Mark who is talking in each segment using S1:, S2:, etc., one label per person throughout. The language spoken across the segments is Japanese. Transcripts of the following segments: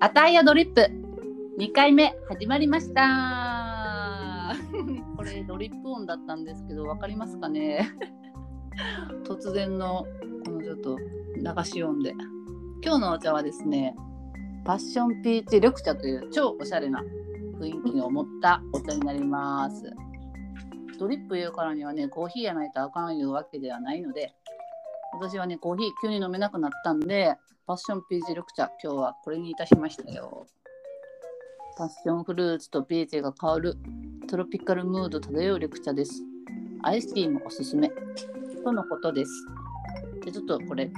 S1: アタイヤドリップ2回目始まりました これドリップ音だったんですけどわかりますかね 突然のこのちょっと流し音で今日のお茶はですねパッションピーチ緑茶という超おしゃれな雰囲気を持ったお茶になりますドリップいうからにはねコーヒーやないとあかんいうわけではないので私はねコーヒー急に飲めなくなったんでパッションピーチ緑茶今日はこれにいたしましたよパッションフルーツとピーチが香るトロピカルムード漂う緑茶ですアイスティーもおすすめとのことですでちょっとこれ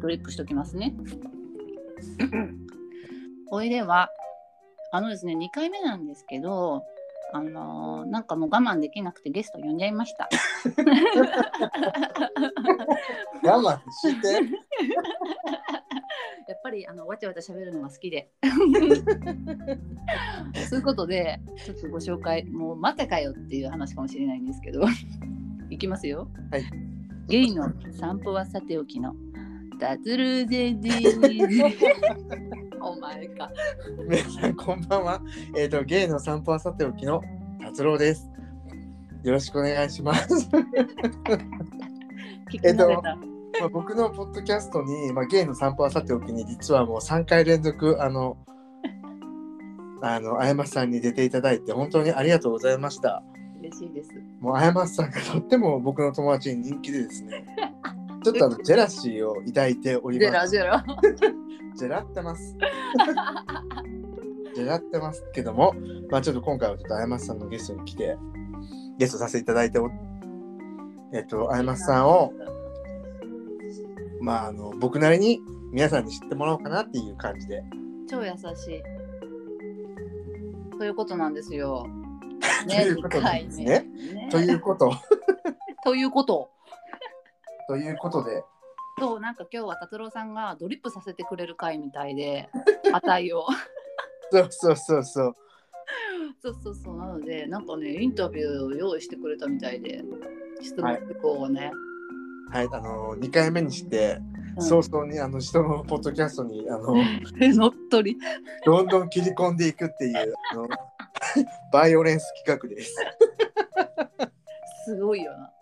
S1: ドリップしときます ねおいではあのですね2回目なんですけどあのーなんかもう我慢できなくてゲスト呼んじゃいました
S2: 我慢して。
S1: やっぱりあのわちゃわちゃ喋るのが好きで。 そういうことでちょっとご紹介もうまたかよっていう話かもしれないんですけど いきますよ。
S2: はい
S1: ゲイの散歩はさておきの脱ルゼデ ィお前か。
S2: 皆さん、 こんばんは。えっ、と、ゲイの散歩はさておきの達郎です。よろしくお願いします。
S1: 聞き慣れた。
S2: まあ、僕のポッドキャストに、まあ、ゲイの散歩はさておきに、実はもう3回連続、あの、あの、あやまさんに出ていただいて、本当にありがとうございました。
S1: 嬉しいです。
S2: もう、あやまさんがとっても僕の友達に人気でですね、ちょっ とあの、ジェラシーを抱いており
S1: ゼ
S2: ます。
S1: ロゼロ。
S2: ジェラってます。ジェラってますけども、まあちょっと今回はちょっとあやまさんのゲストに来て、ゲストさせていただいてお、えっと、あやまさんを、まああの、僕なりに皆さんに知ってもらおうかなっていう感じで。
S1: 超優しい。ということなんです よ。
S2: ということなんですね
S1: 二回目ね
S2: ということ、
S1: ということ。
S2: ということで、
S1: そうなんか今日は達郎さんがドリップさせてくれる回みたい で値を
S2: そうそうそうそう。
S1: そうそうそうなのでなんかねインタビューを用意してくれたみたいで質問こうをね、
S2: はい、あの、2回目にして、
S1: うん
S2: 早々にあの人のポッドキャストにあの
S1: 乗っ取り
S2: どんどん切り込んでいくっていうあのバイオレンス企画です。
S1: すごいよな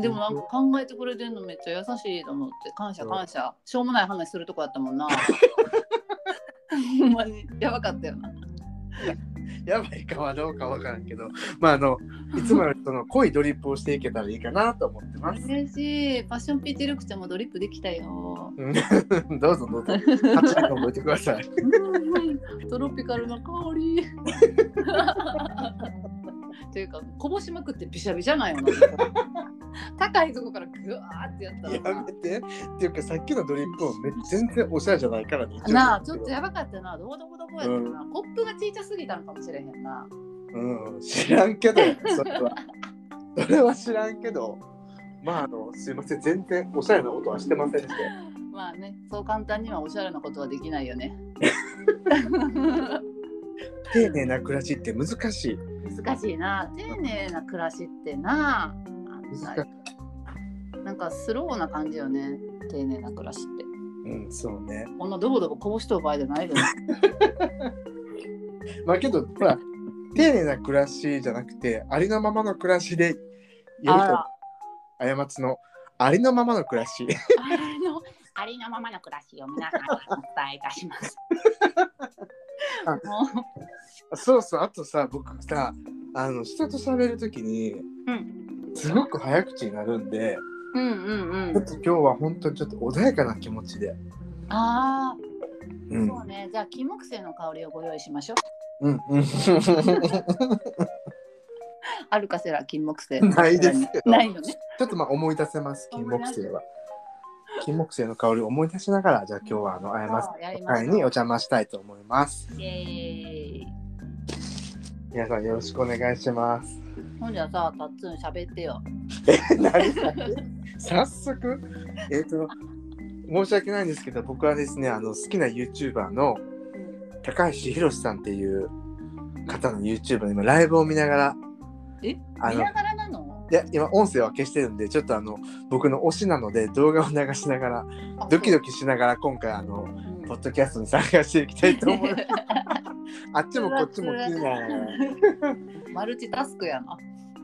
S1: でもなんか考えてくれてんのめっちゃ優しいと思って感謝感謝、しょうもない話するとこやったもん なほんまにやばかったよな
S2: やばいかはどうかわからんけど、まああのいつもよりその濃いドリップをしていけたらいいかなと思ってます。
S1: 嬉しいパッションピーチルクちゃんもドリップできた よ
S2: うん どうぞどうぞ。8時覚えてください。
S1: うんトロピカルな香り。 というかこぼしまくってびしゃびしゃないよな。高いとこからぐわーってやった
S2: や
S1: らな
S2: めて。っていうかさっきのドリップもめ全然おしゃれじゃないからね。
S1: なあちょっとやばかったなどこどこどこやったな、コップがちいちゃすぎたのかもしれへんな
S2: うん、知らんけど、それは。それは知らんけど、まああの、すいません、全然おしゃれなことはしてませんでした。
S1: まあねそう簡単にはおしゃれなことはできないよ ね
S2: 丁寧な暮らしって難しい。
S1: 難しいな丁寧な暮らしってなあん
S2: 難
S1: たなんかスローな感じよね丁寧な暮らしって
S2: うん、そうね。
S1: こんなどぼどぼこぼしとる場合じゃない で
S2: まあけど、ほら、丁寧な暮らしじゃなくて、ありのままの暮らしで、より
S1: あ
S2: と
S1: ら
S2: 過ちのありのままの暮らし
S1: あの、ありのままの暮らしを皆さんにお伝えいたします。
S2: あ
S1: も
S2: そうそうあとさ僕さあの人と喋るときに
S1: う、
S2: すごく早口になるんで、
S1: うん、うんうんう
S2: ちょっ
S1: ん。
S2: と今日は本当にちょっと穏やかな気持ちで、
S1: ああ、
S2: うん、
S1: そうね。じゃあ、金木犀の香りをご用意しましょう。
S2: うんうん
S1: あるかせら金木犀。
S2: ないですけど
S1: ないのね。
S2: ちょっとまあ思い出せます金木犀は金木犀の香りを思い出しながらじゃあ今日はあのあやまさ
S1: そうや
S2: ん
S1: り
S2: の
S1: まし
S2: 会
S1: ょう
S2: にお邪魔したいと思います
S1: イエーイ。
S2: 皆さんよろしくお願いします
S1: ほんじゃさ、たっつん喋ってよ。
S2: 何早速えっ、と申し訳ないんですけど僕はですねあの好きな YouTuber の高橋宏さんっていう方の YouTube の今ライブを見ながら
S1: え、
S2: あ
S1: 見
S2: の
S1: ながらなの
S2: いや今音声は消してるんでちょっとあの僕の推しなので動画を流しながらドキドキしながら今回あの
S1: うん
S2: ポッドキャストに参加していきたいと 思いますあっちもこっちも気になる
S1: マルチタスクやな。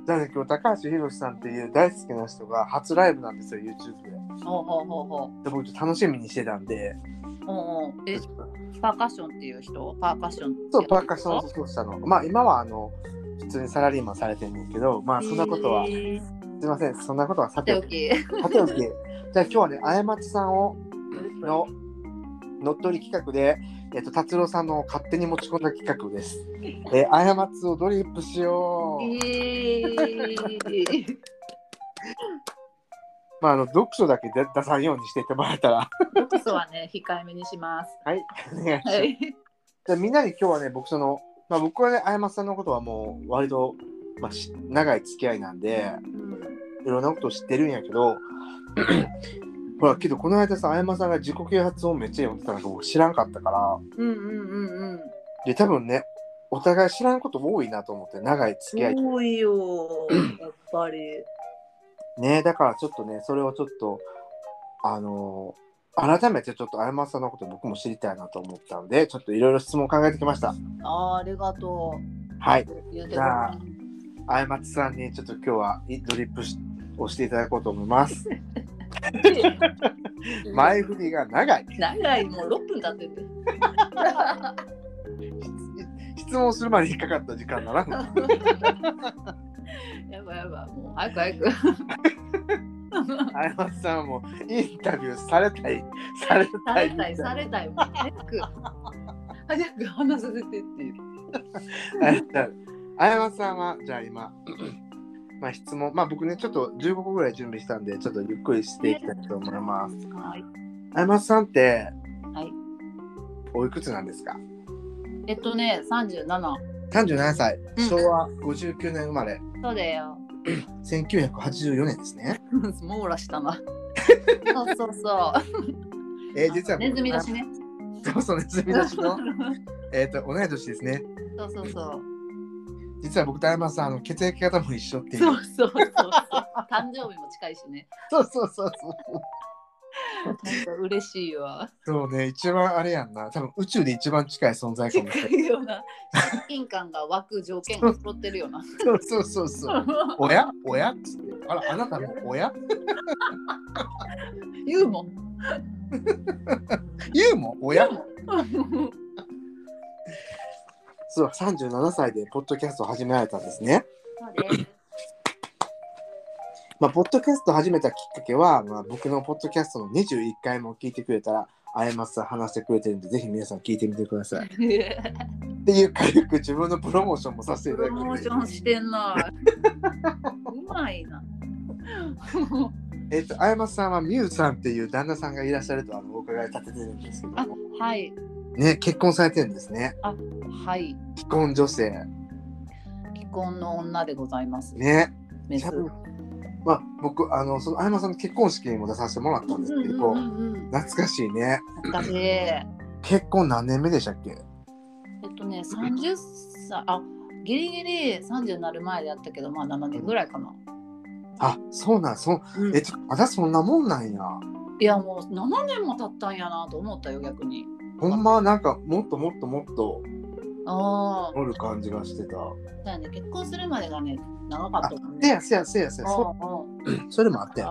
S2: だって今日高橋宏さんっていう大好きな人が初ライブなんですよ YouTube で
S1: ほうほうほうほう。
S2: で僕ちょっと楽しみにしてたんで
S1: おうおうえ、パーカッションっていう人パーカッションって
S2: そうパーカッション奏者のまあ今はあの普通にサラリーマンされてるんですけどまあそんなことは、
S1: えー、
S2: すいませんそんなことはさ
S1: さて
S2: て
S1: お
S2: おき
S1: き。
S2: さておきじゃあ今日はねあやまちさんをの乗っ取り企画で、えっと達郎さんの勝手に持ち込んだ企画です。えー、あやまつをドリップしよ
S1: え
S2: う。
S1: ー、
S2: まああの読書だけで出さんようにしていってもらえたら。
S1: 僕とはね、控えめにします。
S2: はい。お願いします
S1: はい。
S2: じゃあみんなに今日はね僕そのまあ僕はねあやまつさんのことはもう割とまあし長い付き合いなんで
S1: うん
S2: いろんなことを知ってるんやけど。 ほらけどこの間さあやまさんが自己啓発をめっちゃ読んでたのが僕知らんかったから
S1: うんうん
S2: で多分ねお互い知らんこと多いなと思って長い付き合
S1: う
S2: い
S1: ん。多いよ、やっぱり。
S2: ねだからちょっとねそれをちょっとあのー改めてちょっとあやまさんのこと僕も知りたいなと思ったんでちょっといろいろ質問を考えてきました
S1: あーありがとう。
S2: はい
S1: 言うて
S2: じ
S1: くれ
S2: ゃああやまつさんにちょっと今日はいドリップしをしていただこうと思います前振りが長い
S1: 長い、もう6分経って る。
S2: 質問する前に引っかかった時間だな
S1: やばいやばい、もう早く早く。
S2: あやまつさんはもうインタビューされた いされ
S1: さ
S2: たい
S1: れたい、されたい、もう早く。早く話させてっていう。
S2: あやまさんはじゃあ 今まあ質問まあ僕ねちょっと15個ぐらい準備したんでちょっとゆっくりしていきたいと思います
S1: はい。
S2: あやまさんって
S1: はい。
S2: おいくつなんですか
S1: えっとね、37。
S2: 37歳
S1: うん
S2: 昭和59年生まれ、
S1: そうだよ。
S2: 1984年ですね
S1: 網羅したな。そうそうそ
S2: えー
S1: う。
S2: 実は
S1: ネズミだしね。
S2: そうそうネズミだし のえっと同い年ですね
S1: そうそうそう。
S2: 実は僕とあやまさんあの血液型も一緒っていう
S1: そうそうそうそう。誕生日も近いしね。
S2: そうそうそうそう
S1: なんか嬉しいわ。
S2: そうね一番あれやんな多分宇宙で一番近い存在かもしれな
S1: 近
S2: い
S1: いような。親近感が湧く条件が揃ってるような。
S2: そうそうそうそうおやおやっつってあらあなたもおや
S1: 言うもん。
S2: ユウもおや
S1: 言うもん。
S2: そう37歳でポッドキャストを始められたんですね、
S1: そう です。
S2: まあ、ポッドキャストを始めたきっかけは、まあ、僕のポッドキャストの21回も聞いてくれたらあやまさん話してくれてるんでぜひ皆さん聞いてみてくださいっていう軽く自分のプロモーションもさせてい
S1: プ
S2: ただ
S1: ロ
S2: き
S1: モ
S2: ま
S1: ーシ
S2: す
S1: ョンしてんな。うまい な。
S2: えっとあやまさんはみゆさんっていう旦那さんがいらっしゃるとあのお伺い立ててるんですけども
S1: はい。
S2: ね結婚されてるんですね
S1: はい。
S2: 既婚女性
S1: 既婚の女でございます。
S2: ね
S1: メス
S2: 多分まあ僕あのそのあやまさんの結婚式にも出させてもらったんですけど、
S1: うんうんうんうん
S2: 懐かしいね
S1: 懐かしい。え
S2: 結婚何年目でしたっけ
S1: っとね、三十歳、あ、ギリギリ三十になる前でやったけど、まあ七年ぐらいかな。
S2: あそうなんそん
S1: うん
S2: えちょまだそんなもんなんや
S1: いや、もう七年も経ったんやなと思ったよ、逆に。
S2: ほんまなんかもっともっともっと
S1: ああ、
S2: おる感じがしてた
S1: だよね、結婚するまでがね、長かったもん
S2: せ
S1: ね。
S2: やせやせやせやそ
S1: うんうん
S2: それもあったよ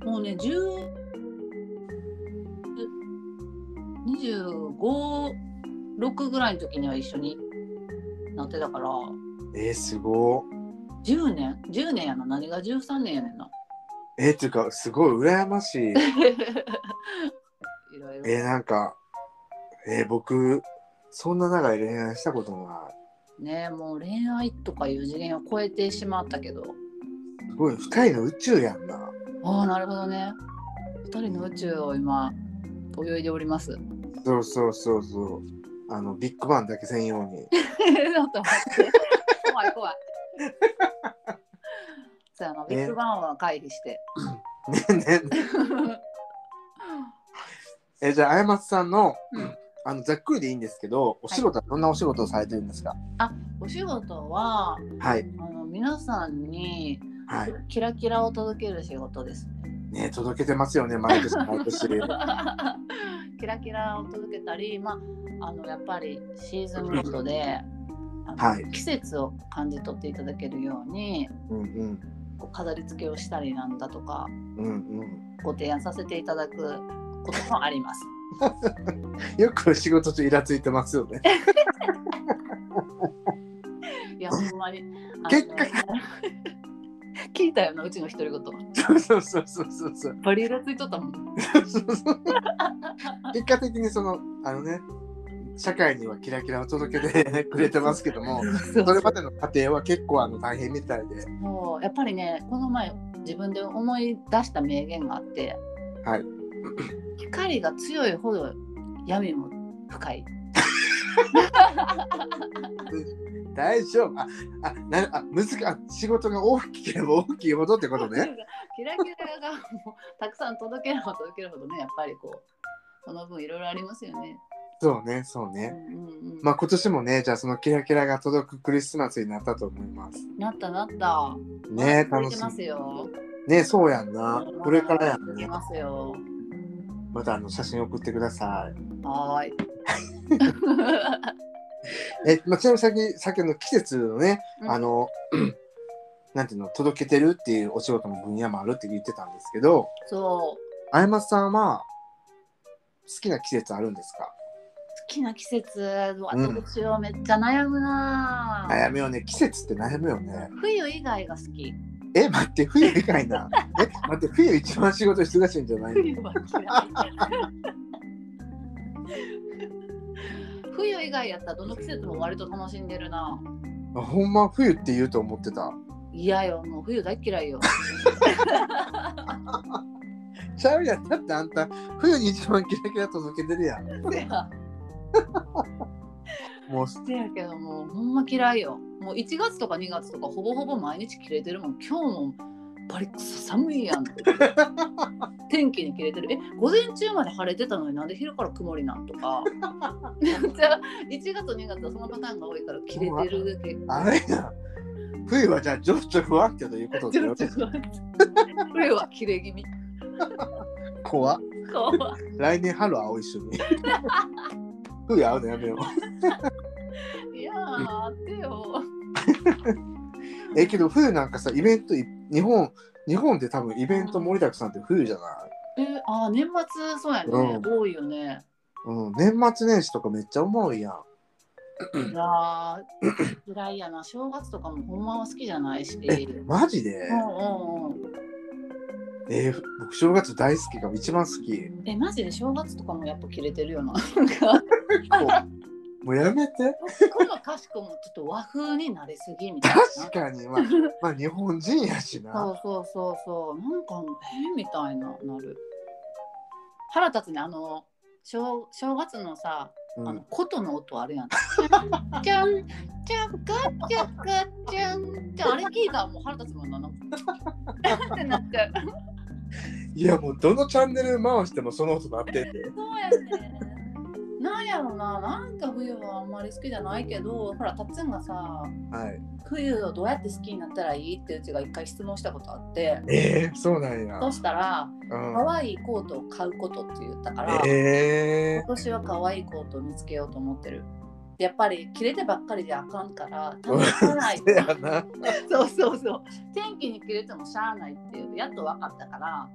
S1: あもうね、10 25、6ぐらいの時には一緒になってたから、
S2: えー、すご
S1: 10年 ?10 年やな。何が13年やねんな。
S2: いえー、っていうかすごい羨ましい
S1: いろいろ。
S2: えー、なんかえー、僕そんな長い恋愛したことな
S1: ねもう恋愛とかいう次元を超えてしまったけど。
S2: いすごい深いの宇宙やんな
S1: ああ、なるほどね。二人の宇宙を今、泳いでおります。
S2: そうそうそうそうあのビッグバンだけ専用
S1: ち
S2: に
S1: ょっと待って怖い 怖い。そうやな、ビッグバンは回避して。
S2: ねねねえー、じゃああやまつさんの、
S1: うん
S2: あのざっくりでいいんですけどお仕事はどんなお仕事をされてるんですか
S1: お仕事は
S2: はい
S1: あの皆さんに
S2: はい。
S1: キラキラを届ける仕事ですね。
S2: ね、届けてますよね、毎年、毎年。
S1: キラキラを届けたり、まあ、あのやっぱりシーズンごとで、あの
S2: はい
S1: 季節を感じ取っていただけるように
S2: うんうん。
S1: こう飾り付けをしたりなんだとか
S2: うんうん。
S1: ご提案させていただくこともあります。
S2: よく仕事中イラついてますよね。
S1: いやほんまにあの
S2: 結果
S1: 聞いたよなうちの独り言
S2: そうそうそうそうそうそう。
S1: バリエラついとったもん。
S2: 結果的にその、あのね、社会にはキラキラを届けてくれてますけども、
S1: そう
S2: それまでの過程は結構あの大変みたいで、
S1: もうやっぱりねこの前自分で思い出した名言があって、
S2: はい、
S1: 光が強いほど闇も深い
S2: 大丈夫。あ、あ、なあ難しあ仕事が大きければ 大きいほどってことね。
S1: キラキラがもうたくさん届ければ届けるほどねやっぱりこうその分いろいろありますよね。
S2: そうね、そう
S1: う
S2: ね。
S1: んうんうん
S2: まあ今年もね、じゃあそのキラキラが届くクリスマスになったと思います。
S1: なったなった。
S2: ね
S1: まだ続い
S2: 楽して
S1: ますよ。
S2: み。ねそうやんな。これからやん
S1: 続き
S2: ね。
S1: ますよ。
S2: またあの写真送ってください。
S1: はー い。
S2: え、まあ、ちなみに先、先の季節のね、
S1: うん
S2: あの、 なんていうの、届けてるっていうお仕事の分野もあるって言ってたんですけど、
S1: そう。
S2: あやまさんは、好きな季節あるんですか
S1: 好きな季節は
S2: うん
S1: どうしようめっちゃ悩むなぁ、
S2: 悩むよね。季節って悩むよね。
S1: 冬以外が好き
S2: え、待って、冬以外な。え、待って、冬一番仕事忙しいんじゃないの
S1: 冬は嫌い 冬以外やったらどの季節も割と楽しんでるなぁ
S2: あほんま冬って言うと思ってた。
S1: 嫌よもう冬大っ嫌いよ
S2: ちゃうやん。だってあんた、冬に一番キラキラ届けてるやん。
S1: せや
S2: もう、
S1: せやけどもうほんま嫌いよもう1月とか2月とかほぼほぼ毎日切れてるもん今日もバリックソ寒いやん天気に切れてるえ午前中まで晴れてたのになんで昼から曇りなんと かめっちゃ1月2月はそのパターンが多いから切れてるだけ
S2: あれやん。冬はじゃあ、情緒不安定ということで
S1: ち
S2: よ
S1: ょっ
S2: ろし
S1: と
S2: い。
S1: 待って冬は切れ気味
S2: 怖っ
S1: 怖い
S2: 来年春青一緒に。 冬会うのやめよう。
S1: いやーあってよ
S2: え、けど冬なんかさ、イベントい、日本、日本で多分イベント盛りだくさんって冬じゃない
S1: えあー年末そうやね、
S2: うん
S1: 多いよね
S2: うん、年末年始とかめっちゃ重いやん。
S1: いやー嫌いやな正月とかもほんまは好きじゃない し。
S2: え、マジで
S1: うんうんうん、
S2: えー僕正月大好きが一番好き。結
S1: えマジで正月とかもやっぱ切れてる よな。
S2: 構もうやめて。
S1: このかしこもちょっと和風になりすぎみたいな
S2: 確。かに、 まあ、まあ日本人やし
S1: そ
S2: な。
S1: うそうそうそうなんかえみたいななる。腹立つねあの正正月のさ
S2: う
S1: あの
S2: ん、
S1: 琴の音あるやん。じゃんじゃんかじゃんかじゃんじゃあれ聞いたらもう腹立つもんな なんか。ってなっちゃう。
S2: いやもうどのチャンネル回してもその音鳴って
S1: そ
S2: て。
S1: うやね。なんやろな、なんか冬はあんまり好きじゃないけど、ほら、たっつんがさ、
S2: はい。
S1: 冬をどうやって好きになったらいいってうちが一回質問したことあって、
S2: えー、そうなんや。
S1: そしたら、
S2: う
S1: 可愛いコートを買うことって言ったから、
S2: ん、え
S1: 今年は可愛いコートを見つけようと思ってる。やっぱり着れてばっかりじゃあかん から、楽しまないと
S2: ー、。せやな。
S1: そうそうそう。天気に着れてもしゃあないっていう、やっと分かった から。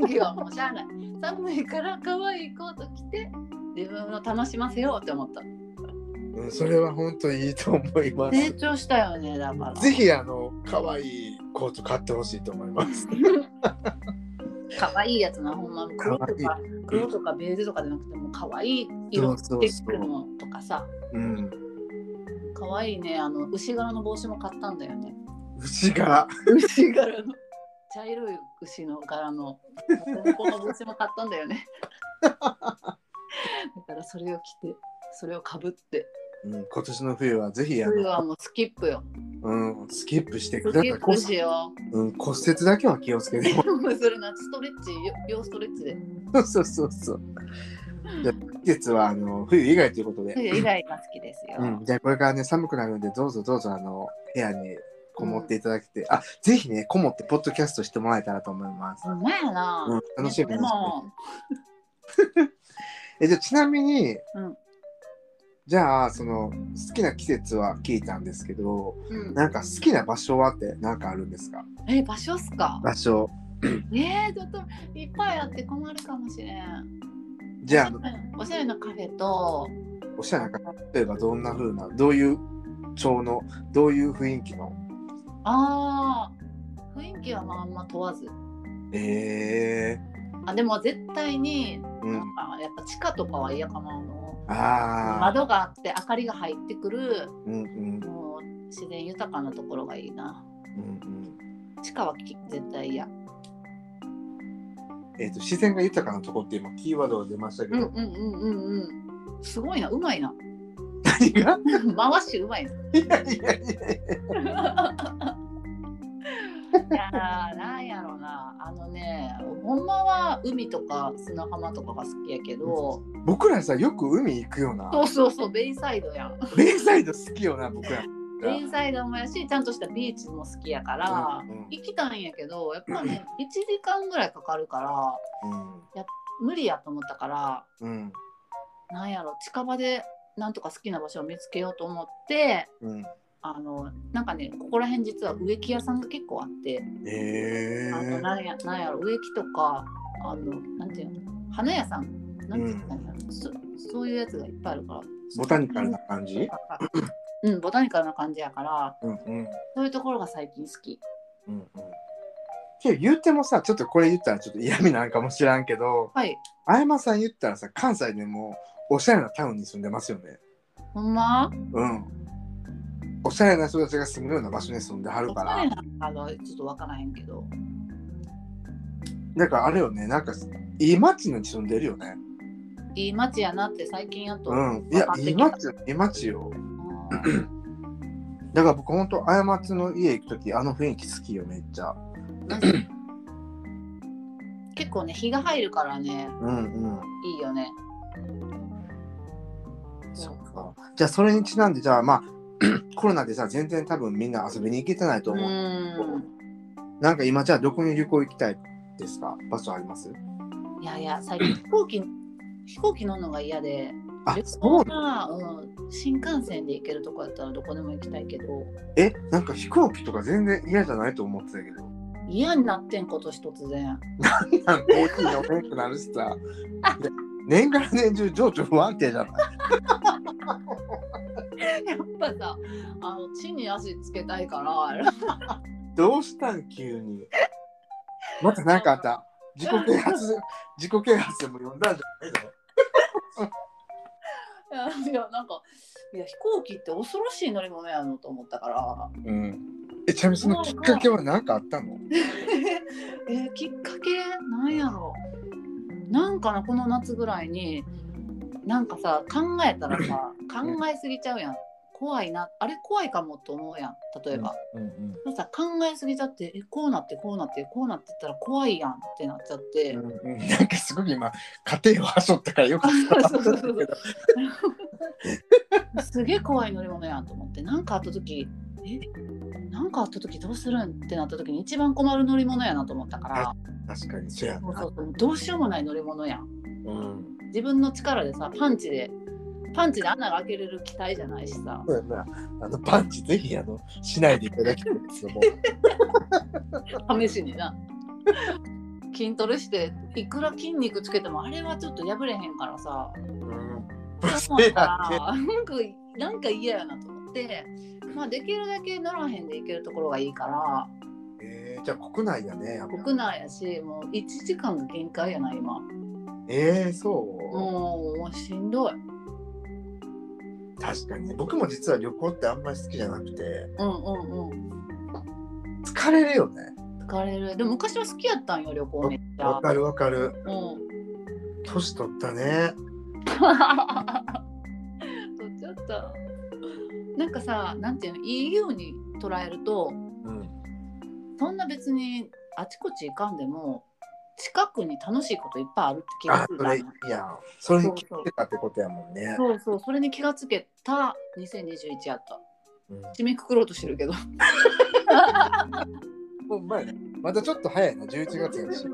S1: 天気はもうしゃあない寒いから可愛いコート着て自分を楽しませようって思った
S2: うん、それは本当にいいと思いま
S1: 成
S2: す。
S1: 長したよねだから
S2: ぜひあの可愛いコート買ってほしいと思います。
S1: 可愛いやつなほんま黒と
S2: 可
S1: か黒とかベージュとかじゃなくても可愛い色
S2: そうそうそう
S1: できるのとかさ
S2: うん。
S1: 可愛いねあの牛柄の帽子も買ったんだよね
S2: 牛が
S1: 牛柄の茶色い牛の柄のこの帽子も買ったんだよねだからそれを着てそれをかぶって
S2: うん、今年の冬はぜひあ
S1: 冬
S2: の、
S1: はもうスキップよ
S2: うん、スキップしてく
S1: ス
S2: だ
S1: キ
S2: さ
S1: ッ
S2: いこ
S1: プしよ
S2: うん、骨折だけは気をつけて。
S1: う。するな、ストレッチ、要ストレッチで。
S2: そう そうそうそう。じゃあ季節はあの冬以外ということで、
S1: 冬以外が好きですよ。
S2: うん、じゃあこれからね寒くなるのでどうぞどうぞあの部屋にこもっていただけて、あ、ぜひね、こもってポッドキャストしてもらえたらと思います。
S1: ほんまやな。
S2: うん楽しみですね
S1: でも、
S2: え、じゃあちなみに、
S1: うん
S2: じゃあ、その、好きな季節は聞いたんですけど、
S1: うん、
S2: なんか好きな場所はって何かあるんですか
S1: え、場所っすか。
S2: 場所。
S1: えー、ちょっといっぱいあって困るかもしれん。
S2: じゃあ、
S1: おしゃれなカフェと、
S2: おしゃれな例えばどんな風な、どういう調の、どういう雰囲気の。
S1: ああ、雰囲気はまああんま問わず。
S2: え
S1: あ、でも絶対に、
S2: ー、う
S1: なん
S2: ん。
S1: かやっぱ地下とかは嫌かなの。
S2: ああ、
S1: 窓があって明かりが入ってくる、
S2: うんうん
S1: もう自然豊かなところがいいな。
S2: うんうん。
S1: 地下はき絶対嫌。
S2: えっ、と、自然が豊かなとこって今、キーワードが出ましたけ
S1: うん
S2: ど、
S1: うんうんうんうん。すごいな、うまいな。
S2: 何が
S1: 回しうまいな。
S2: いやいやいやいや。
S1: いやーなんやろなあのねほんまは海とか砂浜とかが好きやけど
S2: 僕らさ、よく海行くよな。
S1: そうそうそうベイサイドやん
S2: ベイサイド好きよな、僕ら。
S1: ベイサイドもやしちゃんとしたビーチも好きやから、
S2: うんうん
S1: 行きたいんやけどやっぱね1時間ぐらいかかるから無理やと思ったから
S2: うん。
S1: なんやろ近場でなんとか好きな場所を見つけようと思って
S2: うん。
S1: あのなんかねここら辺実は植木屋さんが結構あって。
S2: ええ
S1: あの
S2: ー。
S1: なんやなんやろ植木とかあのなんていうの花屋さんなんていうんだろうそそういうやつがいっぱいあるから
S2: ボタニカルな感じ
S1: うんボタニカルな感じやから
S2: うんうん。
S1: そういうところが最近好き
S2: うんうん。けど言うてもさ、ちょっとこれ言ったらちょっと嫌味なんかもしらんけど、
S1: はい
S2: あやまさん言ったらさ、関西でもおしゃれなタウンに住んでますよね。
S1: ほんま
S2: うん。おしゃれな人たちが住むような場所に住んではる
S1: お
S2: か
S1: しゃれ
S2: ら、
S1: なあのちょっとわからへんけど
S2: なんかあれよね、なんかいい街に住んでるよね。
S1: いい街やなって最近やっと
S2: うん。いや
S1: わかっ、て
S2: い
S1: き
S2: い
S1: た
S2: 街よ、いい街よ。
S1: あー
S2: だから僕ほんと、あやまつの家行くとき、あの雰囲気好きよ、めっちゃ。
S1: なんか結構ね日が入るからね
S2: うんうん。
S1: いいよね
S2: そっか。じゃあそれにちなんでじゃあまあ コロナでさ全然多分みんな遊びに行けてないと
S1: う
S2: 思う。
S1: ん
S2: なんか今じゃあどこに旅行行きたいですか場所あります
S1: いやいや最近飛行機飛行機乗るのが嫌で
S2: あ
S1: 旅
S2: そ
S1: 行
S2: う
S1: は、うん、新幹線で行けるとこやったらどこでも行きたいけど
S2: えなんか飛行機とか全然嫌じゃないと思ってたけど。
S1: 嫌になってんことし突 然
S2: なんかコーヒー飲めなくなる しさ。で年から年中情緒不安定じゃない
S1: やっぱさあの地に足つけたいから
S2: どうしたん急に。また何かあった自己啓発自己啓発でも読んだんじゃないの
S1: いやいやなんかいや飛行機って恐ろしい乗り物やのと思ったから
S2: うん。えちなみにそのきっかけは何かあったの
S1: えきっかけなんやろなんかなこの夏ぐらいになんかさ考えたらさ考えすぎちゃうやん怖いなあれ怖いかもと思うやん例えば、
S2: うんうん
S1: そうさ考えすぎちゃってえこうなってこうなってこうなってったら怖いやんってなっちゃって、
S2: なんかすごく今家庭をはしょったからよく伝わったんだけど
S1: すげえ怖い乗り物やんと思って何かあった時えなんかあった時どうするんってなった時に一番困る乗り物やなと思ったから
S2: 確かにそうや
S1: そう
S2: な
S1: そうそうどうしようもない乗り物やん
S2: うん
S1: 自分の力でさパンチでパンチで穴が開けれる機体じゃないしさ
S2: そうやなあのパンチぜひあのしないでいただきたいんですけども
S1: 試しにな筋トレしていくら筋肉つけてもあれはちょっと破れへんからさ
S2: うん
S1: そうやからなんかなんか嫌やなと思って、まあ、できるだけ乗らへんで行けるところがいいから
S2: えー、じゃあ国内やねやっぱ
S1: 国内やしもう1時間が限界やな今
S2: えー、そ
S1: もうもうしんどい、
S2: う、確かにね僕も実は旅行ってあんまり好きじゃなくて
S1: うんうんうん、
S2: 疲れるよね
S1: 疲れるでも昔は好きやったんよ旅行めっち
S2: わ
S1: ゃ、
S2: かるわかる
S1: うん
S2: 年取ったね
S1: 取っちゃったなんかさなんていうの EU に捉えると
S2: うん
S1: そんな別にあちこち行かんでも近くに楽しいこといっぱいあるって気が
S2: あ
S1: する
S2: それいいやんそれに気
S1: そうそう
S2: づけたってことやもんね
S1: そうそう、それに気がつけた2021やった。
S2: うん
S1: 締めくくろうとしてるけど。
S2: もう前ね。またちょっと早いな、11月だし。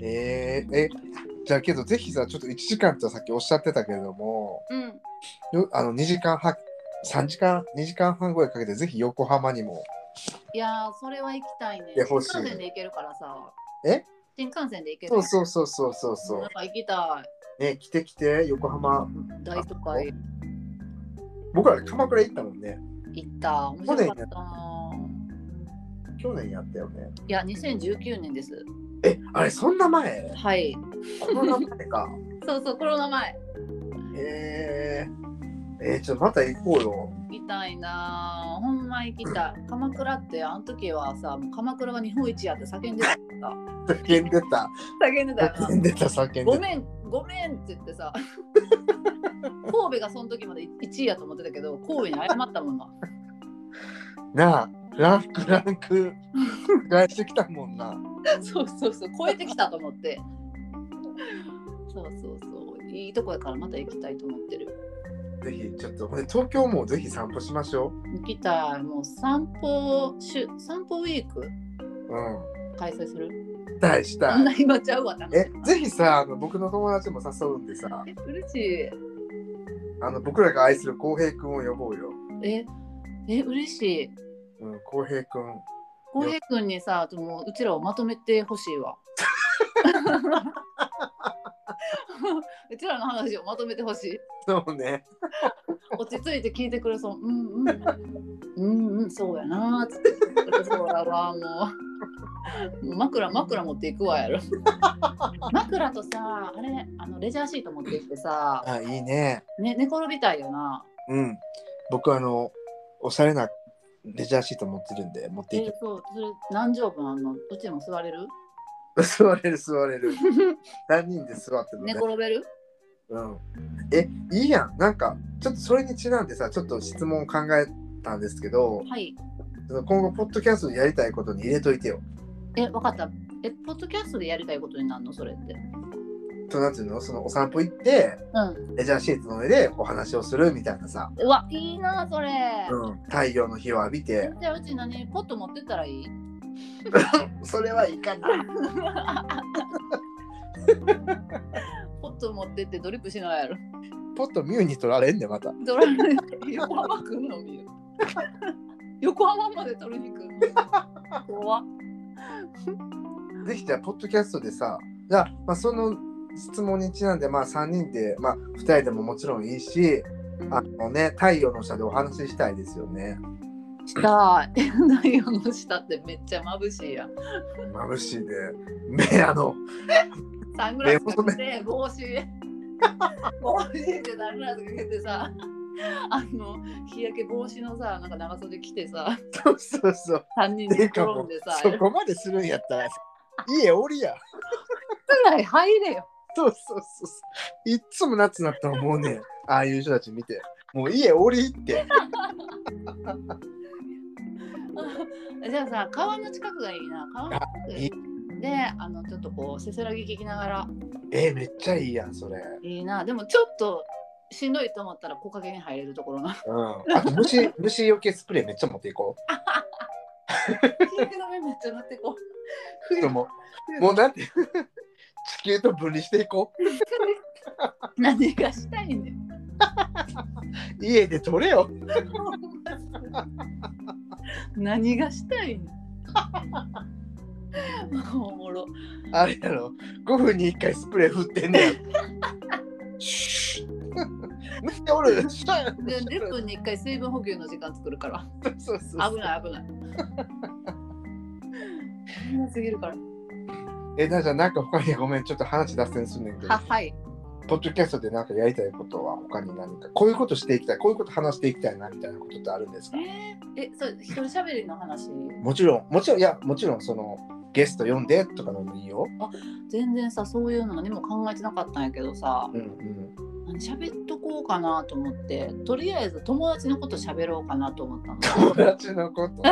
S2: えー、え、じゃあけど、ぜひさ、ちょっと1時間ってさっきおっしゃってたけれども、
S1: うん。
S2: よあの2時間半、3時間、2時間半ぐらいかけて、ぜひ横浜にも。
S1: いやー、それは行きたいね。
S2: いや欲しい
S1: 新幹線で行けるからさ。
S2: え
S1: 新幹線で行ける
S2: そう
S1: う
S2: そうそうそうそうそ
S1: なんか行きた
S2: う。ね、来て来て、横浜。
S1: い。大都会
S2: 僕ら鎌倉行ったもんね。
S1: 行った。面白かったな
S2: 去年やったよね。
S1: いや、2019年です。
S2: え、あれ、そんな前
S1: はい。
S2: そんな前 か。
S1: そうそう、コロナ前。
S2: えー、えー、ちょっとまた行こうよ。
S1: 行きたいなあほんま行きたい鎌倉ってあの時はさもう鎌倉が日本一やって叫んでた
S2: 叫んでた。
S1: 叫んでたよ
S2: 叫んでた、叫んで
S1: ご
S2: た。
S1: めんごめんって言って さ神戸がその時まで1位やと思ってたけど神戸に謝ったもんな
S2: なあ、ランクランク、返してきたもんな。
S1: そうそうそう超えてきたと思ってそうそうそういいとこやからまた行きたいと思ってる
S2: ぜひ、ちょっと、ね、東京もぜひ散歩しましょ
S1: 行きたいもう散歩週散歩ウィーク
S2: う。う
S1: 開催する
S2: ん。したい、し
S1: あ
S2: た
S1: ん
S2: い。
S1: な今ちゃうわな
S2: え、ぜひさ、あの僕の友達も誘うんでさ、
S1: え嬉しい
S2: あの僕らが愛する浩平くんを呼ぼうよ。
S1: ええ嬉しい
S2: うん、浩平くん。
S1: 浩平君にさ、でもうちらをまとめてほしい わ。うちらの話をまとめてほし い。
S2: そうね。
S1: 落ち着いて聞いてくれそう。うんうん。うんうん、そうやなーっつって。そうやわ、もう。もう枕、枕持っていくわ やろ。枕とさ、あれ、あのレジャーシート持って行ってさ、
S2: あ、いいね。
S1: ね、寝転びたいよな。
S2: うん。僕、あの、おしゃれなレジャーシート持ってるんで、持って
S1: え
S2: いき
S1: ーそう、それ何畳分あんのどっちでも座れる
S2: 座れる、座 れる。3人で座ってる
S1: 寝転べる
S2: うん、えいいやんなんかちょっとそれにちなんでさちょっと質問を考えたんですけど
S1: はい。
S2: その今後ポッドキャストでやりたいことに入れといてよ。
S1: え、わかった。え、ポッドキャストでやりたいことになるのそれって。
S2: となんていうのそのお散歩行って
S1: う
S2: レジャーシートの上でお話をするみたいなさ、
S1: ん。うわ、いいな、それ。
S2: うん、太陽の日を浴びて
S1: じゃあ、うち何、ポット持ってったらいい
S2: それはいいかな。
S1: ポット持ってってドリップしないやろ。
S2: ポッとミューに取られんでまた。
S1: ドラム横浜くんのみよ。 横浜まで取りに行くの。怖っ
S2: ぜひじゃあポッドキャストでさじゃあ、まあ、その質問にちなんで、まあ、3人で、まあ、2人でももちろんいいしあのね太陽の下でお話ししたいですよね。
S1: したい。太陽の下ってめっちゃ眩しいやん。
S2: 眩しいね。目あの
S1: サングラスかけて帽子帽子ってサングラスかけてさあの日焼け防止のさなんか長袖着てさ
S2: そうそ うそう。
S1: 3人
S2: て
S1: で
S2: いうか
S1: 転
S2: も
S1: ん
S2: う
S1: でさ
S2: そこまでするんやったら家おりや。
S1: ぐらい入れよ
S2: そうそうそうそう。いっつも夏になったら思うねん。ああいう人たち見て。もう家おりって。
S1: じゃあさ川の近くがいいな川の近く
S2: いい
S1: であのちょっとこうせせらぎ聞きながら
S2: えー、めっちゃいいやんそれ。
S1: いいなでもちょっとしんどいと思ったら木陰に入れるところの
S2: うん。あと 虫虫除けスプレーめっちゃ持っていこ
S1: 日焼け止めめっちゃ塗ってこう
S2: う。
S1: 冬
S2: でももうなんて地球と分離していこ う。
S1: 何がしたいねん
S2: 家で取れよ。
S1: 何がしたいの おもろ
S2: あれやろ。5分に1回スプレー振って んねん。シュッ めっちゃおる。シュッ
S1: で10分に1回水分補給の時間作るから
S2: そうそうそう
S1: 危ない 危ない危なすぎるから
S2: え、なじゃあなんか他にごめん、ちょっと話脱線すんねんけど
S1: は、はい
S2: ポッドキャストでなんかやりたいことは他に何か、こういうことしていきたい、こういうこと話していきたいなみたいなことってあるんですか
S1: えそう一人喋りの話
S2: もちろん、もちろん、いや、もちろんそのゲスト読んでとかのもいいよ。
S1: 全然さそういうの何も考えてなかったんやけどさ
S2: うんうん。
S1: 何喋っとこうかなと思ってとりあえず友達のこと喋ろうかなと思ったの
S2: 友達 のこと。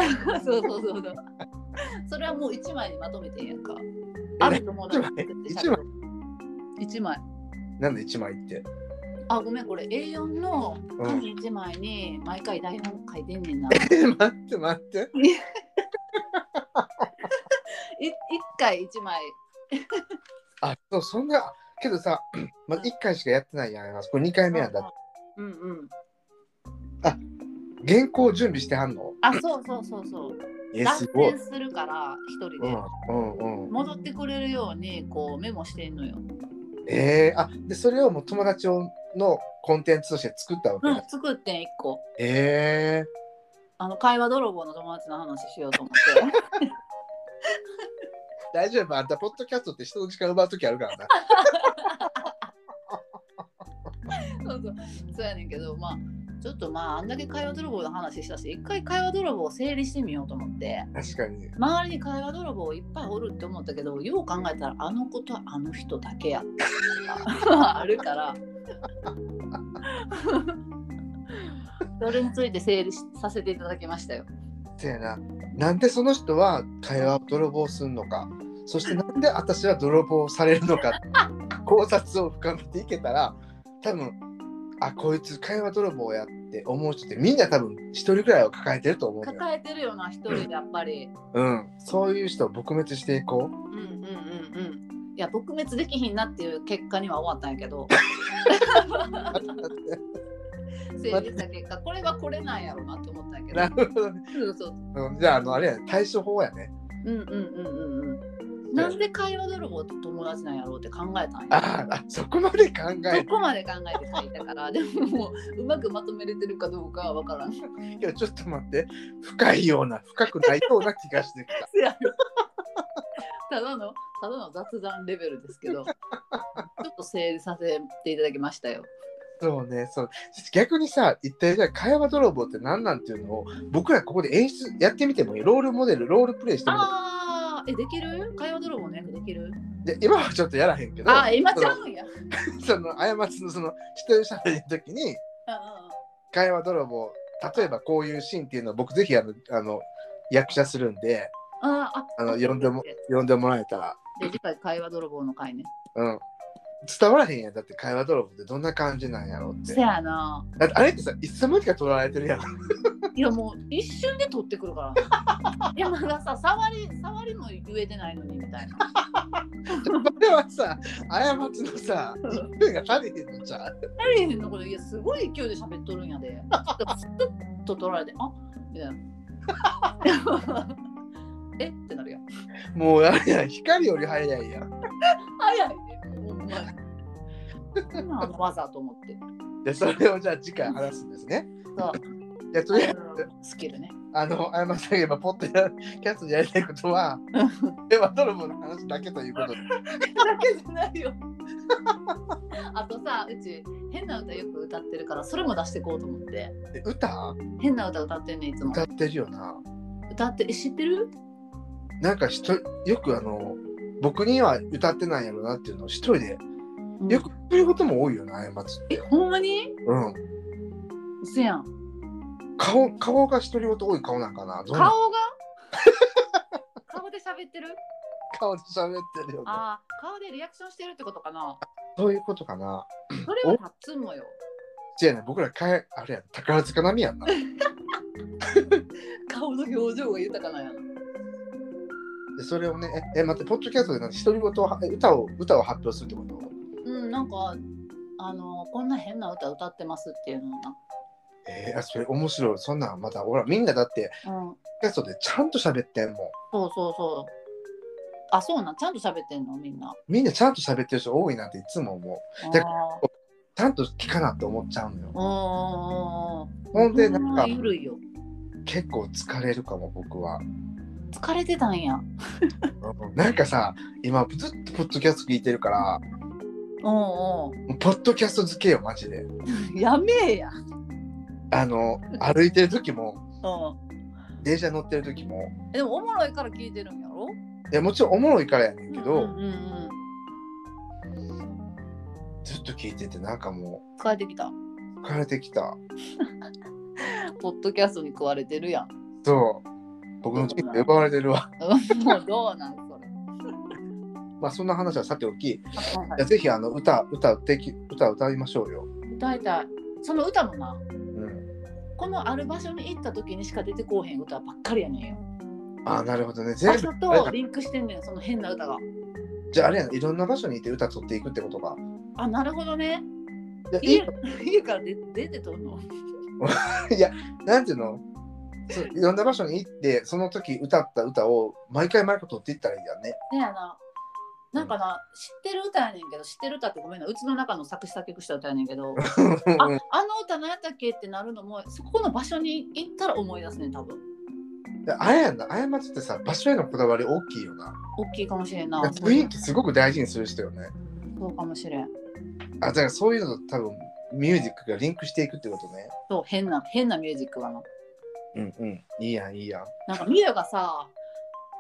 S1: そうそうそうそう それはもう1枚にまとめてんやんかある友達作って喋ろう一枚
S2: なんで一枚って。
S1: あごめんこれ A4 の
S2: う
S1: 紙
S2: ん、
S1: 1枚に毎回台本書いてんねんな。
S2: え待って待って
S1: い一回一枚。
S2: あそうそんなけどさ まだ1回しかやってないやんあそこ2回目やんだって
S1: うんうん。
S2: 原稿準備してはんの
S1: あそうそうそうそう。
S2: えす
S1: 脱
S2: ごい
S1: 線するから一人
S2: う
S1: で
S2: んうんうん
S1: 戻ってくれるようにこうメモしてんのよ。
S2: えー、あでそれをもう友達をのコンテンツとして作ったわけ
S1: うん
S2: だ、
S1: 作ってん一個。
S2: え
S1: あの会話泥棒の友達の話しようと思って。
S2: ー、大丈夫あんたポッドキャストって人の時間奪う時あるから な
S1: そうそうそうやねんけどまあちょっとまああんだけ会話泥棒の話したし一回会話泥棒を整理してみようと思って。
S2: 確かに
S1: 周りに会話泥棒いっぱいおるって思ったけどよう考えたらあの子とあの人だけやった あるからそれについて整理しさせていただきましたよ
S2: せやななんでその人は会話を泥棒するのかそしてなんで私は泥棒されるの か考察を深めていけたら多分あこいつ会話泥棒やって思う人ってみんな多分一人ぐらいは抱えてると思うのよ、
S1: 抱えてるよな一人でやっぱり
S2: うん、そういう人を撲滅してい
S1: う
S2: こ
S1: んうんうんうんいや撲滅できひんなっていう結果には終わったんやけ ど整理した結果これはこれなんやろうなって思ったん
S2: う
S1: や
S2: な
S1: けど
S2: るほどね、
S1: そうそう
S2: うん、じゃああのあれやね対処法やね
S1: うんうんうんうんうんなんで会話泥棒と友達なんやろうって考えたんや
S2: あーあそこまで考え
S1: そ
S2: る
S1: こまで考えて書いた から、でももううまくまとめれてるかどうかは分からん。そ
S2: けどちょっと待って深いような深くないような気がしてきた
S1: やろ ただのただの雑談レベルですけど、ちょっと整理させていただきましたよ。
S2: そうねそう逆にさ一体じゃあ会話泥棒って何なんていうのを僕らここで演出やってみてもいいロールモデルロールプレイしてみ
S1: ああ、え、できる会話泥棒の役できる
S2: てで今はちょっとやらへんけど
S1: ああ、今ちゃうんや。うんうん
S2: その過ちのその一人喋りの時に会話泥棒例えばこういうシーンっていうのを僕ぜひあのあの役者するんで
S1: あーあ、
S2: あの呼んでも。呼んでもらえたら、
S1: で、次回会話泥棒の回ね。
S2: うん、伝わらへんやんだって会話泥棒ってどんな感じなんやろうって
S1: せやな。
S2: だってあれってさ、いつの間にか取られてるやん。
S1: いやもう一瞬で取ってくるから。 いやまださ、触り、触りも言えてないのにみたいな。
S2: これはさ、過ちのさ、1分が足りへんのじゃう
S1: やれへんのこれいやすごい勢いで喋っとるんやで。だからスッと取られて、あみたいな。 えってなるやん。
S2: もうあれやん、光より早いやん。
S1: 早いね、ほんま に。何なあの技と思って。
S2: で、それをじゃあ次回話すんですね。
S1: そう
S2: じゃあとりあえず、
S1: スキルね。
S2: あの、過ちといえば、ポッドキャストでやりたいことは、では、ドラゴンの話だけということで。
S1: だけじゃないよ。 あとさ、うち変な歌よく歌ってるから、それも出してこうと思って。
S2: で歌
S1: 変な歌歌ってんねんいつも。
S2: 歌ってるよな。
S1: 歌って、え知ってる
S2: なんか人、よくあの、僕には歌ってないやろなっていうのを一人で、よく言ることも多いよな、過ちっ
S1: え、
S2: て。
S1: ほんまに
S2: うん。
S1: うせやん。
S2: 顔、顔が独り言多い顔なんかな。どんな
S1: 顔が顔で喋ってる
S2: 顔で喋ってるよね。
S1: ああ、顔でリアクションしてるってことかな。
S2: そういうことかな。
S1: それはタッツンもよ。
S2: じゃあね、僕らかえ、あれやん、宝塚並みやんな。で
S1: 顔の表情が豊かなんやな。
S2: それをね、え、え待って、ポッドキャストでなんて独り言をは、え歌を、歌を発表するってこと
S1: うん、なんか、あの、こんな変な歌歌ってますっていうのをな。
S2: えー、あそれ面白い。そんなんまた、ほら、みんなだって、
S1: うん、
S2: ポッドキャストでちゃんと喋ってんもん。
S1: そうそうそう。あ、そうなん、ちゃんと喋ってんの、みんな。
S2: みんなちゃんと喋ってる人多いなっていつも思う。
S1: あ
S2: だちゃんと聞かなって思っちゃうのよ。
S1: あ。うん。
S2: ほんでなんか
S1: ゆるいよ。
S2: 結構疲れるかも、僕は。
S1: 疲れてたんや。うん
S2: うんなんかさ、今ずっとポッドキャスト聞いてるから、
S1: う
S2: もうポッドキャスト漬けよ、マジで。
S1: ん。 やめえや。
S2: あの、歩いてる時も、
S1: うん。
S2: 電車乗ってる時も、
S1: えでも、おもろいから聞いてるんやろ
S2: いやもちろんおもろいからやねんけど、
S1: うんうんうん。
S2: ずっと聞いててなんかも
S1: 疲れてきた。
S2: う疲れてきた
S1: ポッドキャストに食われてるやん。
S2: そう僕のチーム奪われてるわ
S1: もうどうなんそれ。
S2: まあそんな話はさておきじ
S1: はい
S2: ゃあぜひあの歌歌ってき歌歌いましょうよ
S1: 大体その歌もな
S2: うん、
S1: このある場所に行った時にしか出てこうへん歌ばっかりやねんよ
S2: ああなるほどね
S1: 場
S2: 全部
S1: 所
S2: あれ
S1: と
S2: か
S1: リンクしてんねんその変な歌が
S2: じゃああれやんいろんな場所にいて歌取っていくってことか
S1: あなるほどね
S2: いやいい
S1: 家 家から出出てとんの
S2: なんていうのそういろんな場所に行ってその時歌った歌を毎回毎回取っていったらいいんだよね
S1: ねやな。なんかな、知ってる歌やねんけど、知ってる歌ってごめんな、うちの中の作詞作曲した歌やねんけど、あ あの歌何やったっけってなるのも、そこの場所に行ったら思い出すねん、多分
S2: であれやんな過ちってさ場所へのこだわり大きいよな
S1: 大きいかもしれんな。そう
S2: 雰囲気すごく大事にする人よね
S1: そうかもしれん。
S2: あだからそういうのと多分ミュージックがリンクしていくってことね
S1: そう、変な、変なミュージックがな。
S2: うんうんいいやんいいやん
S1: なんか、ミユがさ、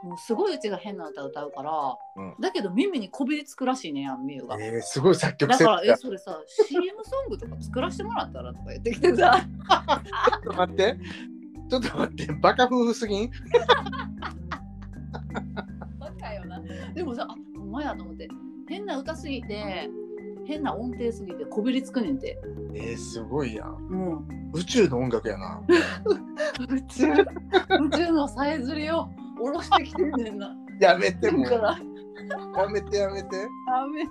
S1: もうすごいうちが変な歌歌うから、
S2: うん
S1: だけど耳にこびりつくらしいねんやん、ミユが。
S2: えー、すごい作曲
S1: だ
S2: 性
S1: から、え、それさ、CM ソングとか作らせてもらったらとか言ってきてさ。
S2: ちょっと待って。ちょっと待って、バカ夫婦すぎん。
S1: バカよな。でもさ、あ、ほんまやと思って、変な歌すぎて、変な音程すぎて、こびりつくねんて。
S2: えー、すごいやん。
S1: うん。
S2: 宇宙の音楽やな。
S1: 宇宙、宇宙のさえずりを下ろしてきてんねん な。
S2: やめて
S1: だ
S2: もう
S1: か。ら、
S2: やめてやめて。
S1: ダメ。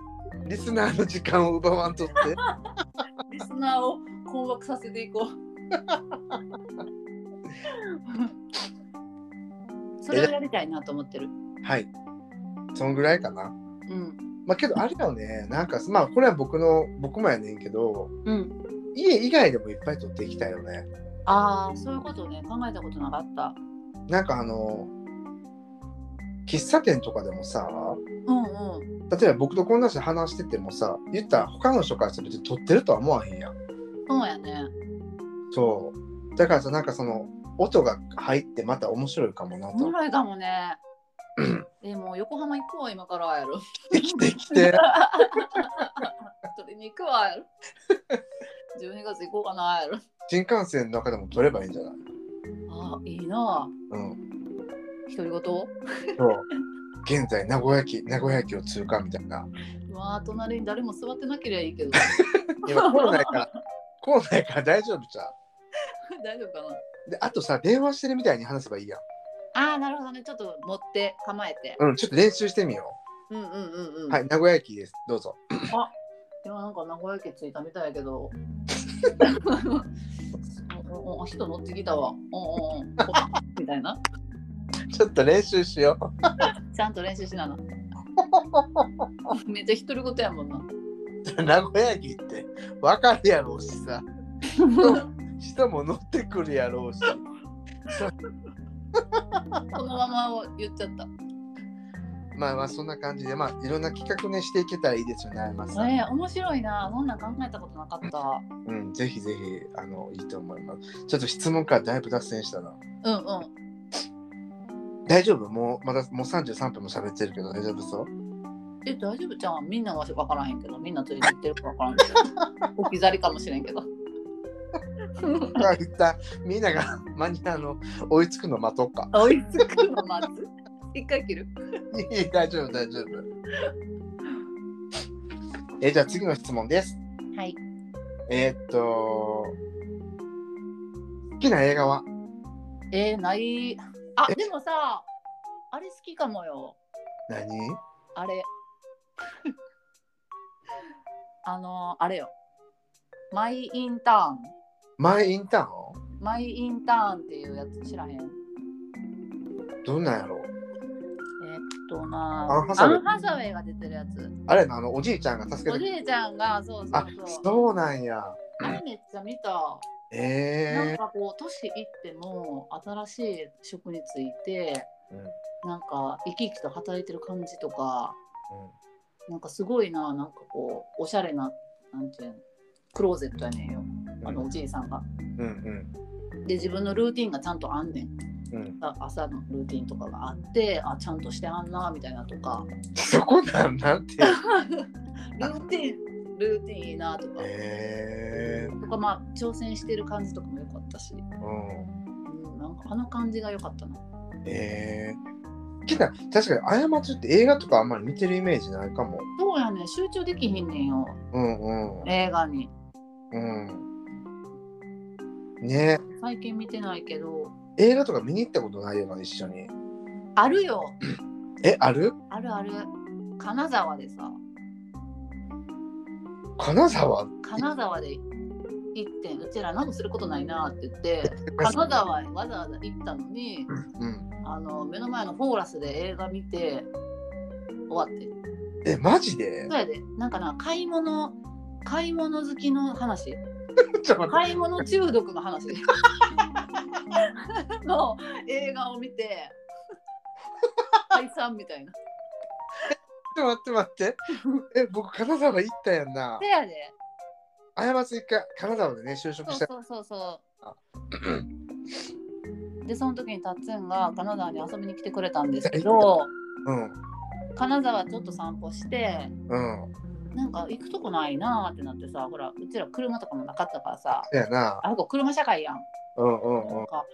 S2: リスナーの時間を奪わんとって。
S1: リスナーを困惑させていこう。 それをやりたいなと思ってる。
S2: はい。そんぐらいかな。
S1: うん。
S2: まあけどあれだよね。なんかまあこれは僕の僕もやねんけど、
S1: うん。
S2: 家以外でもいっぱい撮っていきたいよね。
S1: ああ、そういうことね、考えたことなかった。
S2: なんかあの喫茶店とかでもさ、
S1: うんうん。
S2: 例えば僕とこんな人話しててもさ、言ったら他の人からしたら別に撮ってるとは思わへんやん。
S1: そうやね。
S2: そう。だからさ、なんかその、音が入ってまた面白いかもな
S1: おも
S2: と。
S1: ろいかも ね。でも横浜行くわ今からやろ。
S2: できてきて。
S1: 取りに行くわやろ。12月行こうかなやろ。
S2: 新幹線の中でも撮ればいいんじゃない
S1: あいいな。
S2: うん。
S1: 独り言
S2: そう。現在、名古屋駅、名古屋駅を通過みたいな。
S1: まあ隣に誰も座ってなければいいけど。
S2: 今、コロナやから、コロナやから大丈夫じゃ
S1: 大丈夫かな。
S2: ん。で、あとさ、電話してるみたいに話せばいいやん。
S1: ああなるほどね。ちょっと持って構えて。
S2: うん、ちょっと練習してみよ
S1: うんうんうんう
S2: う。
S1: ん。。
S2: はいい、名古屋駅です。どうぞ。
S1: 今なんか名古屋駅着いたみたいやけ ど。おおお人乗ってきたわ。おおおみたいな。
S2: ちょっと練習しよう。
S1: ちゃんと練習しなの。めっちゃ独り言やもんな。
S2: 名古屋駅って、わかるやろうしさ。人も人も乗ってくるやろうし。
S1: そのままを言っちゃった。
S2: まあまあそんな感じで、まあいろんな企画ねしていけたらいいですよね、あやまさん。
S1: えー、面白いな。そんなん考えたことなかった。
S2: うん、ぜひぜひ、あの、いいと思います。ちょっと質問からだいぶ脱線したな。
S1: うんう。
S2: 大丈夫もう、まだもう33分も喋ってるけど大丈夫そうん
S1: え、大丈夫じゃん。みんなは分からへんけど、みんなついて行ってるか分からんけど。置き去りかもしれんけど。
S2: まあ一旦みんなが間にあの追いつくの待とうか。
S1: 追いつくの待つ。一回切る。
S2: いい大丈夫大丈夫。えじゃあ次の質問です。
S1: はい。
S2: えーっと好きな映画は
S1: えー、ない。あ、でもさ、あれ好きかもよ。
S2: 何
S1: あれ。 あのあれよ。マイインターン。
S2: マイインター
S1: マイインターンっていうやつ知らへん。
S2: ンどんなんやろう
S1: えっとな
S2: アンハサ
S1: ア
S2: ウェイ
S1: ンハサウェイが出てるやつ。
S2: あれなあのおじいちゃんが助け
S1: お
S2: て
S1: じいちゃんがそうそ
S2: あ
S1: うそう。
S2: そうなんや。
S1: あれめっちゃ見た。な
S2: え
S1: んかこう年いっても新しい職について
S2: えうん
S1: なんか生き生きと働いてる感じとかなんかすごいななんかこうおしゃれななんていうのクローゼットやねんよあのおじいさんが。
S2: うんうん
S1: で自分のルーティンがちゃんとあんねん。
S2: うん、
S1: あ朝のルーティンとかがあってあちゃんとしてあんなみたいなとか
S2: そこなんなんて。
S1: ルーティンルーティンいいなとか。
S2: えー
S1: とかまあ挑戦してる感じとかも良かったし、
S2: うん、
S1: うん、なんかあの感じが良かったな。
S2: えー。きな確かに過ちって映画とかあんまり見てるイメージないかも。
S1: そうやね集中できひんねんよ
S2: うんうん。
S1: 映画に。
S2: ううん。ね
S1: 最近見てないけど
S2: え映画とか見に行ったことないよな、一緒に。
S1: あるよ
S2: え、ある
S1: あるある金沢でさ
S2: 金沢
S1: 金沢で行ってうちら何もすることないなって言って金沢へわざわざ行ったのに
S2: うん。
S1: あの目の前のフォーラスで映画見て終わって
S2: え、マジで
S1: そうやでなんかな買い物買い物好きの話
S2: ちょっと待っ
S1: 買い物中毒の 話の映画を見て解散みたいな。
S2: て、待って、待って。え、僕、金沢行ったやんな
S1: せ。やで
S2: あやまつ一回、金沢でね、就職
S1: そう
S2: した。
S1: そうそうそう。でその時にたっつんが金沢に遊びに来てくれたんですけど
S2: うん。
S1: 金沢ちょっと散歩して
S2: うん。
S1: なんか行くとこないなーってなってさほらうちら車とかもなかったからさ
S2: そうやな。
S1: あこ車社会やん
S2: うんうんう
S1: なんん。か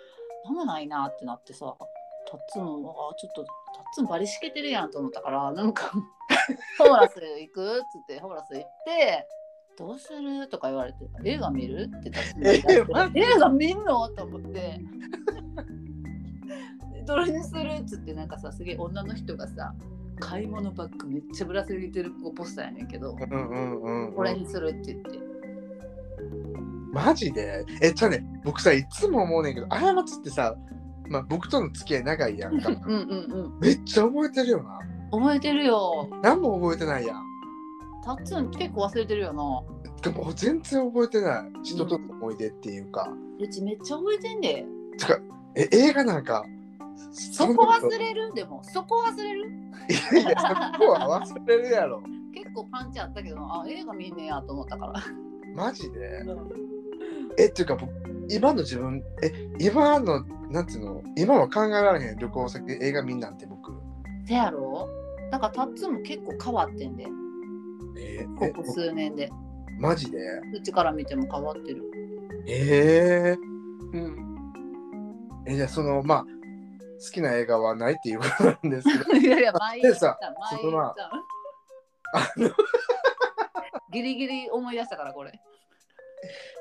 S1: 何もないなってなってさタッツンもあちょっとタッツンバリしけてるやんと思ったからなん かホーラス行くっつってホーラス行って「どうする?」とか言われて「映画見る?」ってタッツンが言ったから映画見んの?」と思って。 でどれにするっつってなんかさすげえ女の人がさ買い物バッグめっちゃぶら下げてるこうポスターやねんけど
S2: うんうんうんうん
S1: これにするって言って
S2: マジでえじゃあね僕さいつも思うねんけどあやまつってさ、まあ、僕との付き合い長いや んか
S1: うんうんうん
S2: めっちゃ覚えてるよな
S1: 覚えてるよ
S2: 何も覚えてないやん
S1: タッツン結構忘れてるよな
S2: でも全然覚えてない人との思い出っていうか、
S1: うちめっちゃ覚えてんで。
S2: てかえ映画なんか
S1: そこ忘れるでも、そこ忘れる
S2: そんなこといやいやそこは忘れるやろ
S1: 結構パンチあったけど、あ、映画見んねやと思ったから。
S2: マジでえっていうか僕今の自分え今のなんていうの今は考えられへん旅行先映画見んなんて僕
S1: せやろだからタッツンも結構変わってんで、
S2: えー
S1: こ
S2: え
S1: こ数年で。
S2: マジで
S1: うちから見ても変わってる。
S2: え
S1: う
S2: え
S1: ん。
S2: えじゃあそのまあ好きな映画はないっていうことなんですけど
S1: いやいや、前言った、前言っ
S2: そ
S1: た。 ギリギリ思い出したから、これ。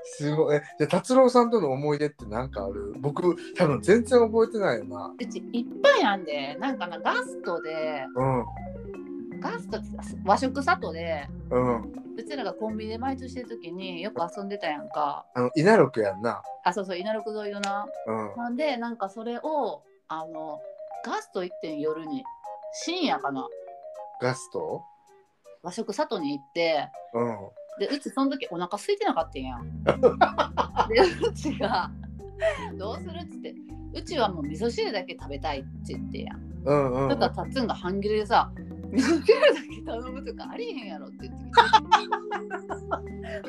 S2: すごいえじゃあ達郎さんとの思い出って何かある僕多分全然覚えてないよな
S1: うちいっぱいあんで、なんかな、ガストで、
S2: うん
S1: ガストって和食里で、
S2: うん
S1: うちらがコンビニでバイトしてる時によく遊んでたやんか。
S2: あの稲六やんな
S1: あ、そうそう、稲六沿いよな。
S2: うん
S1: ほんでなんかそれをあのガスト行ってん夜に深夜かな
S2: ガスト
S1: 和食里に行って
S2: うん
S1: でうちその時お腹空いてなかったんやん。でうちが「どうする?」っつって「うちはもう味噌汁だけ食べたい」って言ってんやん。
S2: うんうんう
S1: だから
S2: ん
S1: タッツンが半切れで さ「味噌汁だけ頼むとかありへんやろ」って言ってきて。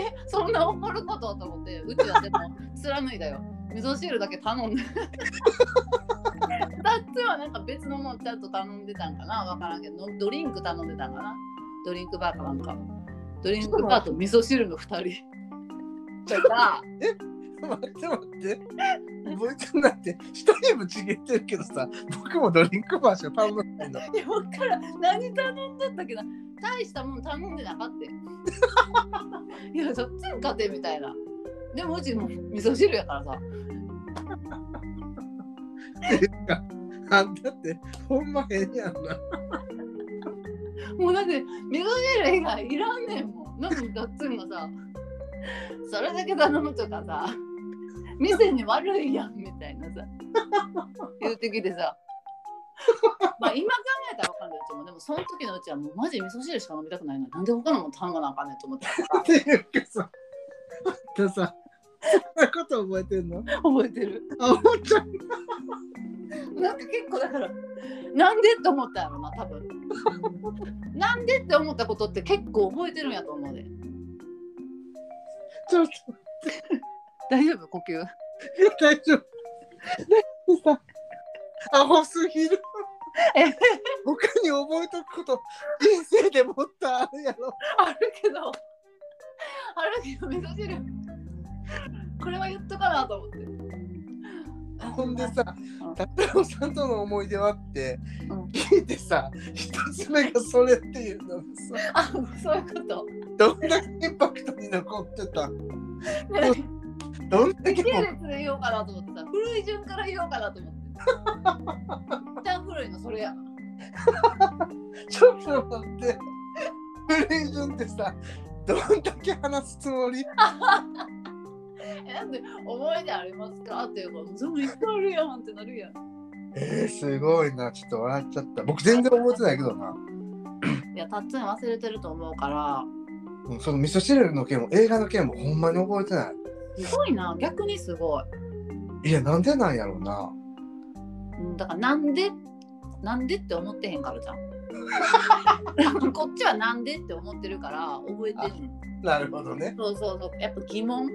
S1: えそんな怒ることと思ってうちはでも貫いだよ味噌汁だけ頼んで だってはなんか別のもんちゃんと頼んでたんかなわからんけどドリンク頼んでたんかなドリンクバーかなんかドリンクバーと味噌汁の2人 とか
S2: 待って待って覚えてないって一人もちぎってるけどさ僕もドリンクバーしか頼んでないの
S1: いやわからん何頼んだったっけな大したもん頼んでなかったよ いやそっちに勝てみたいなでもうちもう味噌汁やからさ
S2: あんたってほんま変やんな
S1: もうだって味噌汁以外いらんねんもん。なのにガッツンがさ、それだけ頼むとかさ、店に悪いやんみたいなさ、言うてきてさ。まあ今考えたらわかんないけどでもその時のうちはもうマジ味噌汁しか飲みたくないのになんで他のもん頼まなあかんねんと思ってた
S2: っていうかさあんたさそんなこと覚えてんの
S1: 覚えてる
S2: あ本当に
S1: なんか結構だからなんでって思ったやろな多分 なんでって思ったことって結構覚えてるんやと思うで
S2: ちょっと
S1: 大丈夫呼吸
S2: 大丈夫。だってさ、アホすぎる。
S1: え
S2: 他に覚えとくこと、人生でもっとあるやろ。
S1: あるけど、あるけど、味噌汁。これは言っとかなと思って。
S2: ほんでさ、達郎さんとの思い出はって
S1: うん
S2: 聞いてさ、一つ目がそれっていうのがさ、
S1: あ、そういうこと。
S2: どんだけインパクトに残ってたどんだけ
S1: 時系
S2: もう
S1: 列で言おうかなと思ってさ古い順から言おうかなと思って一旦古いのそれやな
S2: ちょっと待って古い順ってさどんだけ話すつもり
S1: えなんで思い出ありますかって言うから全部いっぱいあるやんってなるやん
S2: えー、すごいなちょっと笑っちゃった僕全然覚えてないけどない
S1: やたっつん忘れてると思うから
S2: うんその味噌汁の件も映画の件もほんまに覚えてな
S1: すごいな逆にすごい
S2: いいやなんでなんやろうな
S1: うんだからなんでなんでって思ってへんからじゃ んこっちはなんでって思ってるから覚えてる
S2: なるほどね
S1: そうそうそうやっぱ疑問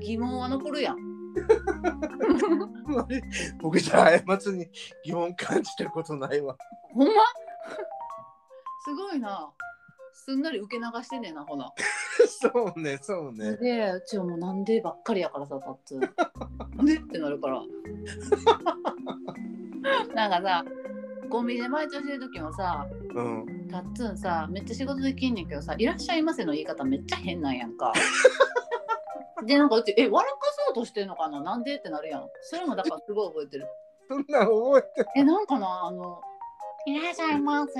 S1: 疑問は残る やん
S2: あんまり僕じゃあ過ちに疑問感じてることないわ
S1: ほんますごいなすんなり受け流してねえなほな
S2: そうねそうね
S1: でうちはもうなんでばっかりやからさたっつんなんでってなるからなんかさコンビニでバイトしてる時もさ
S2: うん
S1: たっつんさめっちゃ仕事できんねんけどさ「いらっしゃいませ」の言い方めっちゃ変なんやんかでなんかうち「え笑かそうとしてんのかななんで?」ってなるやんそれもだからすごい覚えてる
S2: そんなん覚えて
S1: えなんかなあの「いらっしゃいませ」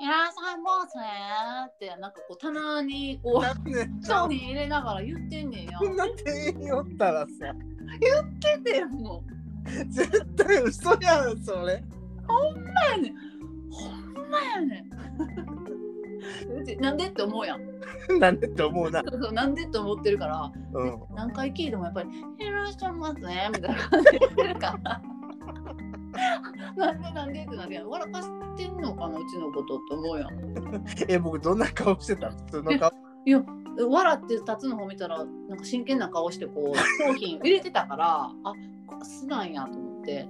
S1: いらっしゃいませってなんかこう棚にこう
S2: なくね
S1: 商品入れながら言ってんねんや。
S2: こんな店員おったらさ
S1: 言ってても
S2: 絶対嘘やんそれ
S1: うほんまやねん。うちなんでって思うやん。
S2: なんでって思うな
S1: そうそうなんでって思ってるから
S2: うん
S1: 何回聞いてもやっぱり「いらっしゃいますね」みたいな感じで言ってるから。 なんでなんでってなるやん。笑かしてんのかなうちのことって思うやん。
S2: え僕どんな顔してた普通の顔
S1: で笑って立つの方見たらなんか真剣な顔してこう商品入れてたからあ素なんやと思って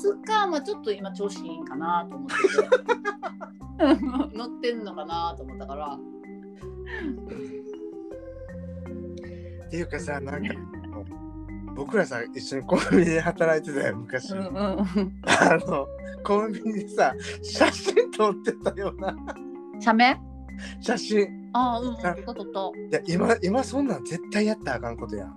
S1: 素かまあちょっと今調子いいんかなと思って て乗ってんのかなと思ったから
S2: っていうかさなんか僕らさ一緒にコンビニで働いてたよ昔、
S1: うん
S2: あのコンビニでさ写真撮ってたよな
S1: うん写メ
S2: 写真
S1: ああうんうん撮った撮っ
S2: いや今今そんなん絶対やったらあかんことやん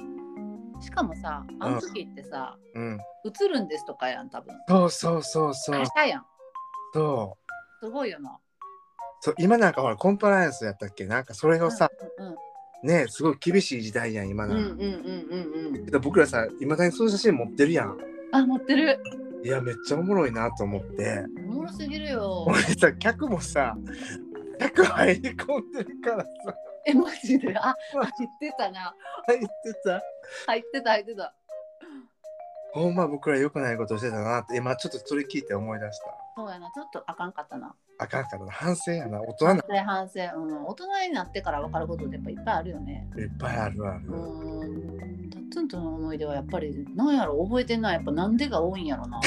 S1: たしかもさあの時ってさ
S2: うん
S1: 映るんですとかやん多分
S2: そうそうそうそう
S1: 会社やん
S2: そう
S1: すごいよな
S2: そう今なんかほらコンプライアンスやったっけなんかそれをさ、
S1: うん
S2: ねすごい厳しい時代やん今
S1: うん
S2: な
S1: うんん
S2: か、
S1: うんうんうんうん
S2: けど僕らさいまだにそういう写真持ってるやん
S1: あ持ってる
S2: いやめっちゃおもろいなと思って
S1: おもろすぎるよ
S2: 俺さ客もさ客入り込んでるからさ
S1: えマジであ入ってたな
S2: 入ってた
S1: 入ってた入ってた
S2: ほんま僕ら良くないことしてたなって今ちょっとそれ聞いて思い出した
S1: そうやなちょっとあかんかったな
S2: あかんかったな反省やな大人な
S1: 反省反省、うん、大人になってから分かることってやっぱいっぱいあるよね
S2: いっぱいあるある
S1: う、ーんタッツンとの思い出はやっぱりなんやろ覚えてないやっぱなんでが多いんや ろな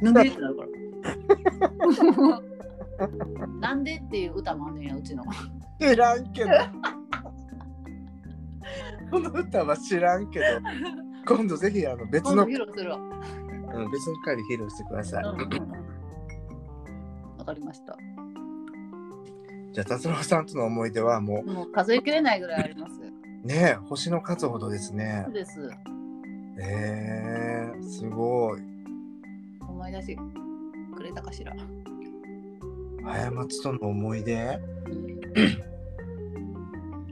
S1: なんでってなるから なんでっていう歌もあんねんやうちの
S2: 知らんけど この歌は知らんけど今度ぜひあの別
S1: 今度
S2: の、
S1: 披露するわ
S2: うん別の回で披露してください、
S1: うんうんわかりました
S2: じゃあ達郎さんとの思い出はも
S1: もう数えきれないぐらいあります
S2: うねえ星の数ほどですね
S1: そうです
S2: えー、すごい
S1: 思い出してくれたかしら
S2: 過ちとの思い出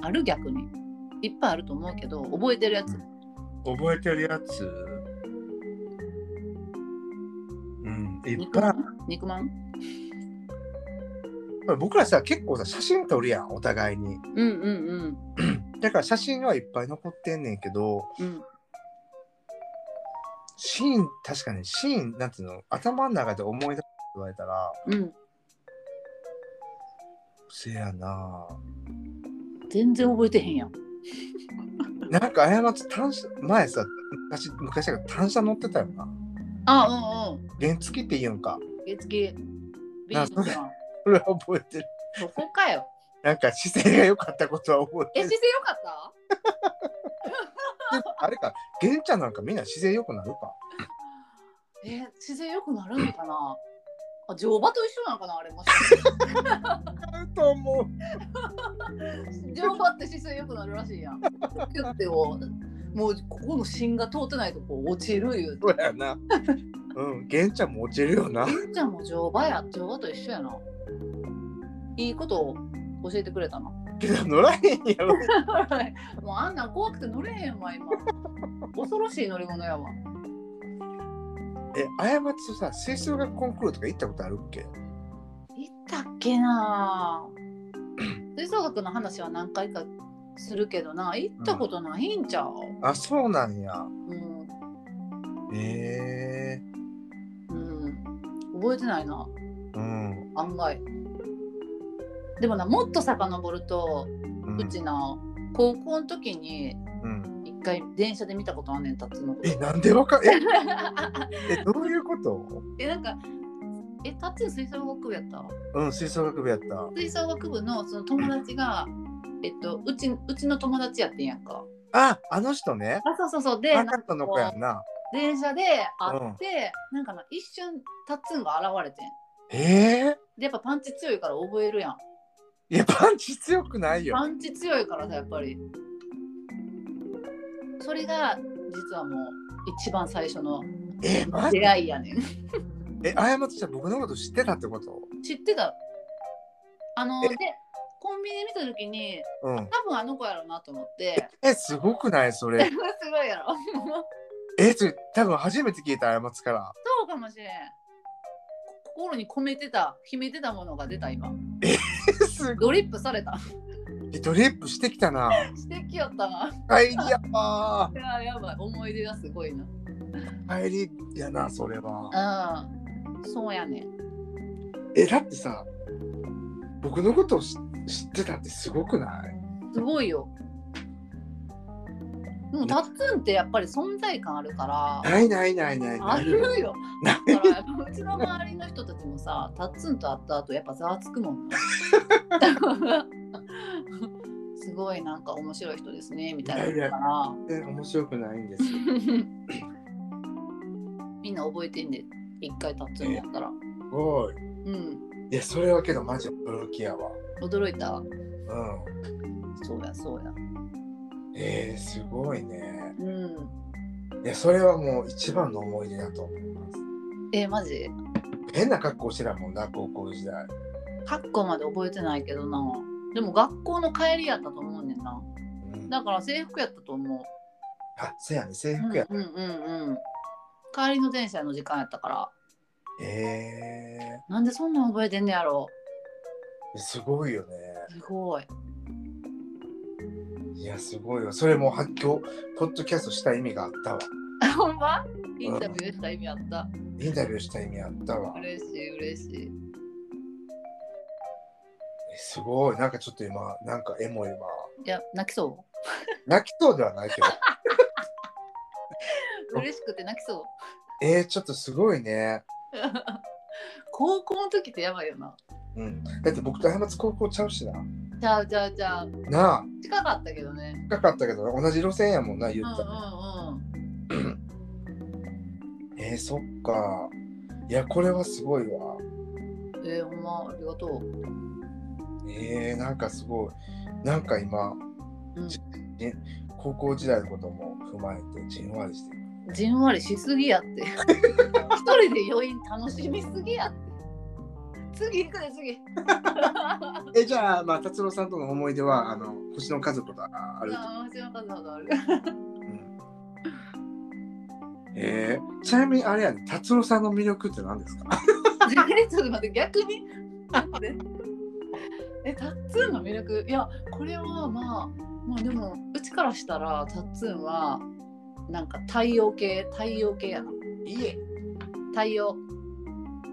S1: ある逆にいっぱいあると思うけど覚えてるやつ
S2: 覚えてるやつうんいっ
S1: 肉
S2: ぱい
S1: ま
S2: ある
S1: ん肉まん
S2: 僕らさ結構さ写真撮るやんお互いに
S1: うんうん
S2: だから写真はいっぱい残ってんねんけど
S1: うんうん
S2: シーン確かにシーンなんていうの頭の中で思い出すって言われたら
S1: うん
S2: せやな
S1: 全然覚えてへんやん
S2: なんか過ち単車前さ昔昔だから単車乗ってたよな
S1: あうんうん
S2: 原付って言うんか
S1: 月月ビ
S2: あ
S1: ー
S2: そ
S1: ル
S2: うだ
S1: さん
S2: それは覚えてる
S1: そこかよ
S2: なんか姿勢が良かったことは覚
S1: え
S2: えて
S1: 姿
S2: る
S1: 勢良かった
S2: あれか玄ちゃんなんかみんな姿勢良くなるか
S1: え姿勢良くなるのかなあ乗馬と一緒なのかなあれもしかして
S2: あると思う。
S1: 乗馬って姿勢良くなるらしいやん。キュッてをもうここの芯が通ってないとこう落ちるいうて
S2: そう やな。うん、玄ちゃんも落ちるよな。
S1: ゆうちゃんも乗馬や乗馬と一緒やな。いいことを教えてくれ たな。
S2: けど乗らへんやろ。
S1: もうあんなん怖くて乗れへんわ 今。恐ろしい乗り物やわ。
S2: え、あやまちさ、吹奏楽コンクールとか行ったことあるっけ
S1: 行ったっけなぁ吹奏楽の話は何回かするけどな行ったことないんちゃう、
S2: あ、そうなんや。
S1: うん
S2: ええ
S1: うん、覚えてないな
S2: うん。
S1: 案外でもなもっと遡ると
S2: う
S1: うちな高校の時に
S2: うん、
S1: 一回電車で見たことあんねんたつのこと
S2: え、なんでわかえ、え、どういうこと
S1: えなんかえタッツー吹奏楽部やった
S2: うん、吹奏楽部やった。
S1: 吹奏楽部のその友達が、えっと、うちうちの友達やってんやんか
S2: あ、あの人ね。
S1: あそうそうそうで
S2: なかったの子やんな。
S1: 電車で会って、なんかな一瞬タッツンが現れてん
S2: ええ
S1: でやっぱパンチ強いから覚えるやん
S2: いや、パンチ強くないよ。
S1: パンチ強いからさやっぱりそれが実はもう一番最初の
S2: え、マジ
S1: 出会いやねん
S2: え、あやまちさん、僕のこと知ってたってこと
S1: 知ってたあの
S2: え
S1: でコンビニで見た時に
S2: うん。
S1: 多分あの子やろうなと思って
S2: え、すごくないそれ
S1: す。ごいやろ
S2: え、それ、多分初めて聞いた、あやまつから。
S1: そうかもしれんこ心に込めてた秘めてたものが出た今
S2: え、すご
S1: ドリップされた
S2: い。ドリップしてきたな。
S1: してきやった な
S2: 帰りやわ
S1: いややばい思い出がすごいな
S2: ー。帰りやな、それは。
S1: うんそうやねん
S2: え、だってさ、僕のことを知知ってたってすごくない
S1: すごいよ。でもタッツンってやっぱり存在感あるから。
S2: ないないないない
S1: あ
S2: ない。
S1: るよ。
S2: な
S1: だからやっぱうちの周りの人たちもさ、タッツンと会った後やっぱざわつくも んな。すごいなんか面白い人ですねみたいなのか
S2: 全然面白くないんですよ。
S1: ら。 みんな覚えてんで、一回タッツンやったら。
S2: すごい。
S1: うん。
S2: いや、それはけど、マジ驚きやわ。
S1: 驚いた。
S2: う
S1: そうやそうや。
S2: ん。えー、すごいね。
S1: うん。
S2: いや、それはもう一番の思い出だと思います。
S1: え、マジ
S2: 変な格好してたもんな、高校時代。
S1: 括弧まで覚えてないけどなでも学校の帰りやったと思うねんな
S2: うん、あ、
S1: だから制服やったと思
S2: そうやね、制
S1: う
S2: 服や。
S1: うんうんうんうん帰りの電車の時間やったから
S2: え
S1: なんでそんなん覚えてんねやろ
S2: ー、すごいよね。
S1: すごい
S2: いや、すごいよ。それも発狂、ポッドキャストした意味があったわ。
S1: ほんまインタビューした意味あった
S2: インタビューした意味あったわ。え
S1: 嬉しい嬉しい
S2: すごい。なんかちょっと今、なんかエモいわ。
S1: いや泣きそ
S2: 泣きそうではないけど。
S1: う嬉しくて泣きそう
S2: えー、ちょっとすごいね。
S1: 高校の時ってやばいよな
S2: うん。だって僕と浜松高校ちゃうしな。
S1: ちゃうちゃうちゃう
S2: なあ、
S1: 近かったけどね
S2: 深かったけどな、同じ路線やもんな、言
S1: うんうん
S2: ったら。
S1: うん
S2: えー、そっか。いや、これはすごいわ。
S1: えー、ほんまありがとう、
S2: えー、なんかすごい。なんか今、
S1: うん、
S2: 高校時代のことも踏まえて、じんわりしてる。
S1: じんわりしすぎやって 一人で余韻楽しみすぎやって次行くで次
S2: え、じゃあ、まあ、達郎さんとの思い出は、あの、星の家族とああると
S1: あ面白かったことある
S2: うんえー、ちなみにあれやね、達郎さんの魅力って何ですか
S1: えちょっと待って逆に待ってえタッツンの魅力いやこれはまあまあでもうちからしたらタッツンはなんか太陽系太陽系やない
S2: え
S1: 太陽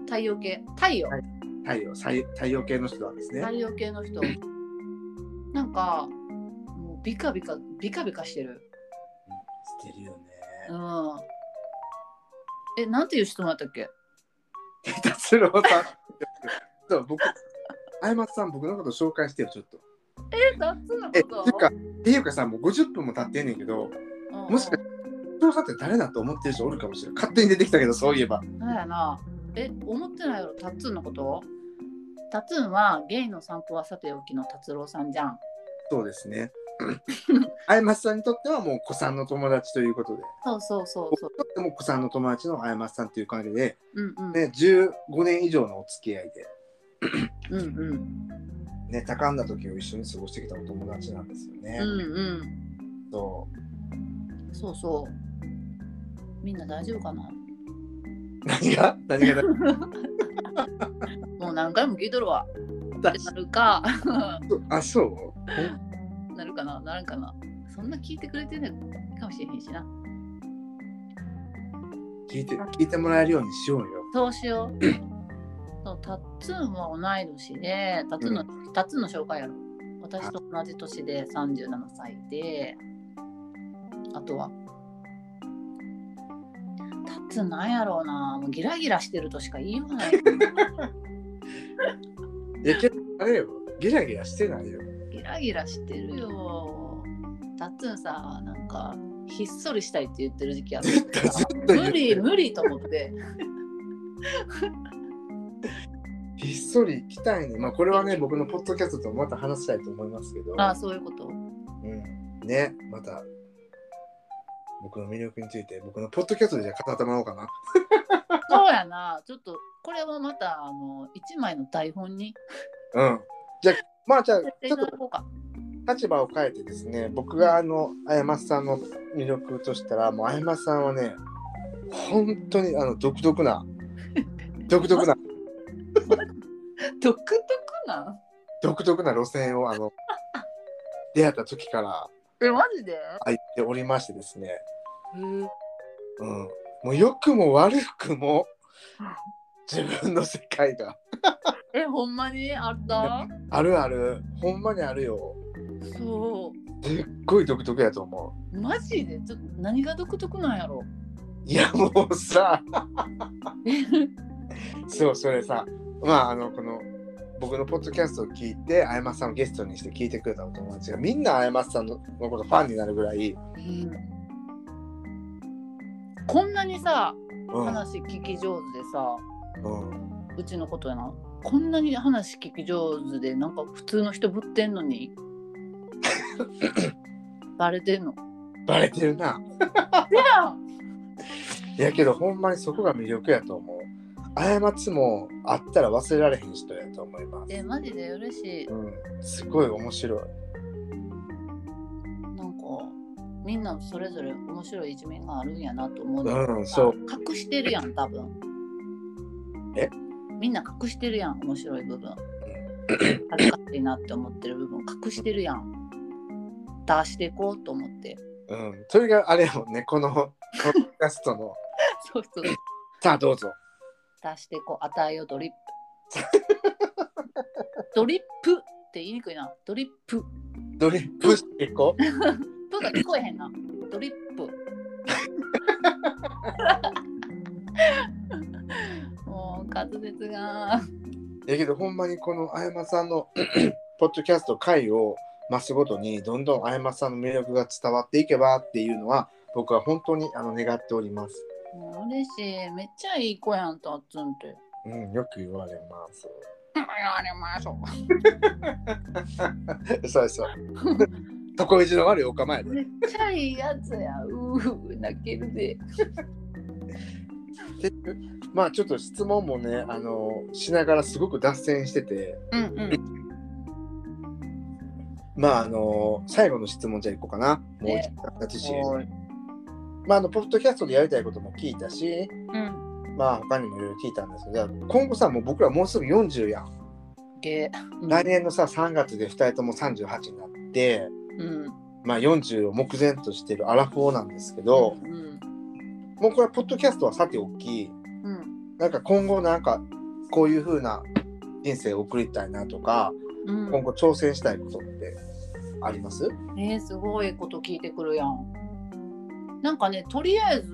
S1: 太陽系太陽、
S2: 太陽太陽太陽系の人なんですね
S1: 太。陽系の人なんかもうビカビカビカビカしてる
S2: してるよね。
S1: うん。え、なんていう質問だったっけ
S2: え 達郎さん。そう僕、あいまつさん、僕のこと紹介してよ、ちょっと。
S1: え、夏の
S2: え、
S1: こ
S2: って
S1: と
S2: いうか、っていうかさ、もう50分も経ってんねんけど、
S1: うんうん
S2: もしかして、達郎さんって誰だと思ってる人おるかもしれない。勝手に出てきたけど、そういえば。
S1: なんやな。え思ってないやろタッツンのことタッツンはゲイの散歩はさておきの達郎さんじゃん
S2: そうです ね。あやまさんにとってはもう子さんの友達ということで、
S1: そうそうそう
S2: 僕
S1: そう
S2: にとっても子さんの友達のあやまさんという感じで、
S1: うんうん、
S2: ね、15年以上のお付き合いで、
S1: うんうん
S2: ね、高んだ時を一緒に過ごしてきたお友達なんですよね。
S1: うんうん
S2: そ
S1: そうそうみんな大丈夫かな
S2: う 何が何がだ
S1: もう何回も聞いとるわ
S2: だ
S1: なるか
S2: あ、そう
S1: なるかななるかなそんな聞いてくれてないかもしれへんしな
S2: 聞いて聞いてもらえるようにしようよ。
S1: そうしよう。そうタッツンは同い年で、タッツンの、タッツンの紹介やろ。私と同じ年で37歳で、あとは、タッツンなんやろうな、もうギラギラしてるとしか言いようがない。
S2: いや、けどあれよ、ゲラゲラしてないよ。
S1: ギラギラしてるよ。タッツンさ、なんか、ひっそりしたいって言ってる時期 ある。
S2: ずっと言
S1: 無
S2: う
S1: 理無理と思って。
S2: ひっそり行きたいね。まあ、これはね、僕のポッドキャストとまた話したいと思いますけど、
S1: ああ、そういうこと。
S2: うん、ね、また、僕の魅力について、僕のポッドキャストでじゃあ語ってもらおうかな。
S1: そうやな、ちょっとこれはまたあの一枚の台本に
S2: うん。じゃあ、まあ、じゃあ、
S1: やってい
S2: ちょ
S1: た
S2: っ
S1: だ
S2: と
S1: こうか。
S2: 立場を変えてですね僕があのあやまさんの魅力としたらもうあやまさんはね本当にあの独 特な独特な
S1: 独特なん
S2: 独特な路線をあの出会った時から
S1: え、マジで
S2: 歩いておりましてですね、
S1: うん
S2: うん、もう良くも悪くも自分の世界が
S1: え、ほんまにあった
S2: あるあるほんまにあるよ
S1: そ
S2: すっごい独特やと思う
S1: う。マジでちょっと何が独特なんやろ
S2: いやもうさ
S1: え
S2: そうそれさまああのこの僕のポッドキャストを聞いてあやまさんをゲストにして聞いてくれたお友達がみんなあやまさんののことファンになるぐらい、
S1: こんなにさ、
S2: うん
S1: 話聞き上手でさ、
S2: うん、
S1: うちのことやな。こんなに話聞き上手で、なんか普通の人ぶってんの に。バレてんの。
S2: バレてるない
S1: や
S2: いやけどほんまにそこが魅力やと思う過ちもあったら忘れられへん人やと思います、
S1: え、マジで嬉しい。
S2: うん、すごい面白い
S1: なんかみんなそれぞれ面白い一面があるんやなと思うの
S2: うんそう
S1: 隠してるやん多分
S2: え
S1: みんな隠してるやん面白い部 分恥ずかしいなって思ってる部分隠してるやん出していこうと思 って
S2: うん、それがあれやもんねこのポッドキャストの
S1: そうそう
S2: さあどうぞ
S1: 出していこう与えようドリップドリップって言いにくいなドリップ
S2: ドリップしていこう
S1: プが聞こえへんなドリッ プもう滑舌が
S2: いやけどほんまにこのあやまさんの ポッドキャスト回を増すごとにどんどんあやまさんの魅力が伝わっていけばっていうのは僕は本当にあの願っております、
S1: もう嬉しいめっちゃいい子やんとあっつんって
S2: うん、よく言われます
S1: 言われましょ
S2: そうそう 床意地の悪いお構いで
S1: めっちゃいいやつやうー泣けるで
S2: でまあちょっと質問もねあのしながらすごく脱線してて
S1: うんうん
S2: まああの最後の質問じゃあいこうかなもう一回立つし
S1: おい
S2: まあ、あのポッドキャストでやりたいことも聞いたし、
S1: うん
S2: まあ、他にもいろいろ聞いたんですけど今後さもう僕らもうすぐ40やん、
S1: でうん
S2: 来年のさ3月で2人とも38になって、
S1: うん
S2: まあ、40を目前としてるアラフォーなんですけど、
S1: うん
S2: もうこれはポッドキャストはさておき
S1: うん
S2: なんか今後なんかこういう風な人生を送りたいなとか
S1: うん
S2: 今後挑戦したいことってあります、
S1: えー、すごいこと聞いてくるやんなんかねとりあえず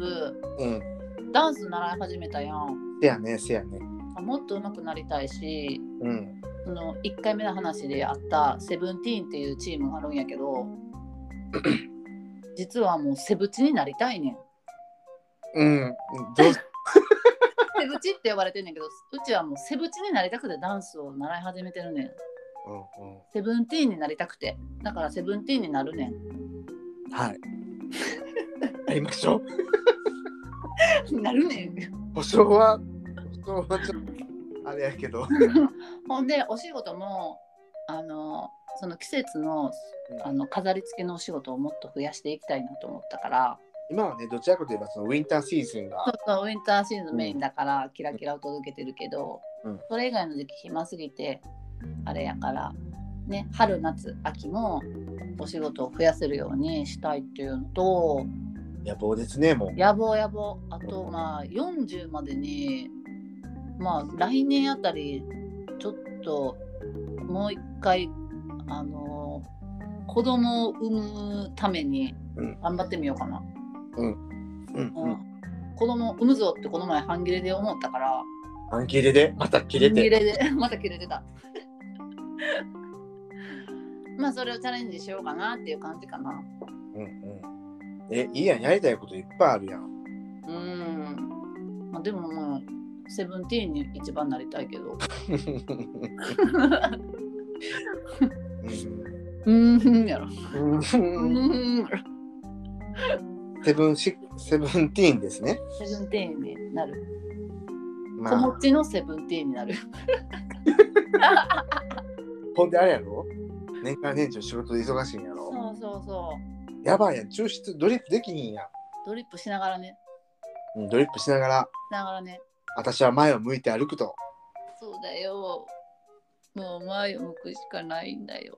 S2: うん、
S1: ダンス習い始めたやん
S2: せやねせやね。
S1: あもっと上手くなりたいし
S2: うん、
S1: その1回目の話であったセブンティーンっていうチームがあるんやけ ど実はもうセブチになりたいねん。
S2: うん、ど
S1: セ
S2: う
S1: セブチって呼ばれてんねんけど、うちはもうセブチになりたくてダンスを習い始めてるねん。
S2: うんうん
S1: セブンティーンになりたくて。だからセブンティーンになるねん。
S2: はい。 やりましょう。
S1: なるねん。
S2: 保証は、保証はちょっと、あれやけど。
S1: ほんで、お仕事も、あの、その季節のあの飾り付けのお仕事をもっと増やしていきたいなと思ったから、
S2: 今はね、どちらかといえば、そのウィンターシーズンが
S1: ちょっ、とウィンターシーズンメインだから、キラキラを届けてるけど、
S2: うん
S1: それ以外の時期暇すぎて、あれやから、ね、春、夏、秋もお仕事を増やせるようにしたいっていうのと、
S2: 野望ですね、もう。
S1: やぼうやぼうあとまあ40までにまあ来年あたりちょっともう一回あの子供を産むために
S2: うん
S1: 頑張ってみようかな、
S2: うん
S1: う
S2: うんん。
S1: 子供を産むぞってこの前半切れで思ったから
S2: 半切れで、また切れ
S1: 半切
S2: て。
S1: れで また切れてたまあそれをチャレンジしようかなっていう感じかな
S2: うんうん。え、いいやん、やりたいこといっぱいあるやん。
S1: うん、まあ、でもまあセブンティーンに一番なりたいけど
S2: うん
S1: うーんやろ。う
S2: うん
S1: ーんやろ。
S2: セブンシセブンティーンですね。
S1: セブンティーンになる。
S2: ま
S1: 子持
S2: あ、
S1: ちのセブンティーンになる。
S2: ほんであれやろ年間年中仕事で忙しいんやろ
S1: そうそうそう。
S2: やばいやん、抽出ドリップできひんやん
S1: ドリップしながらね。
S2: うん。ドリップしながら、
S1: しながらね。
S2: 私は前を向いて歩くと。
S1: そうだよ。もう前を向くしかないんだよ。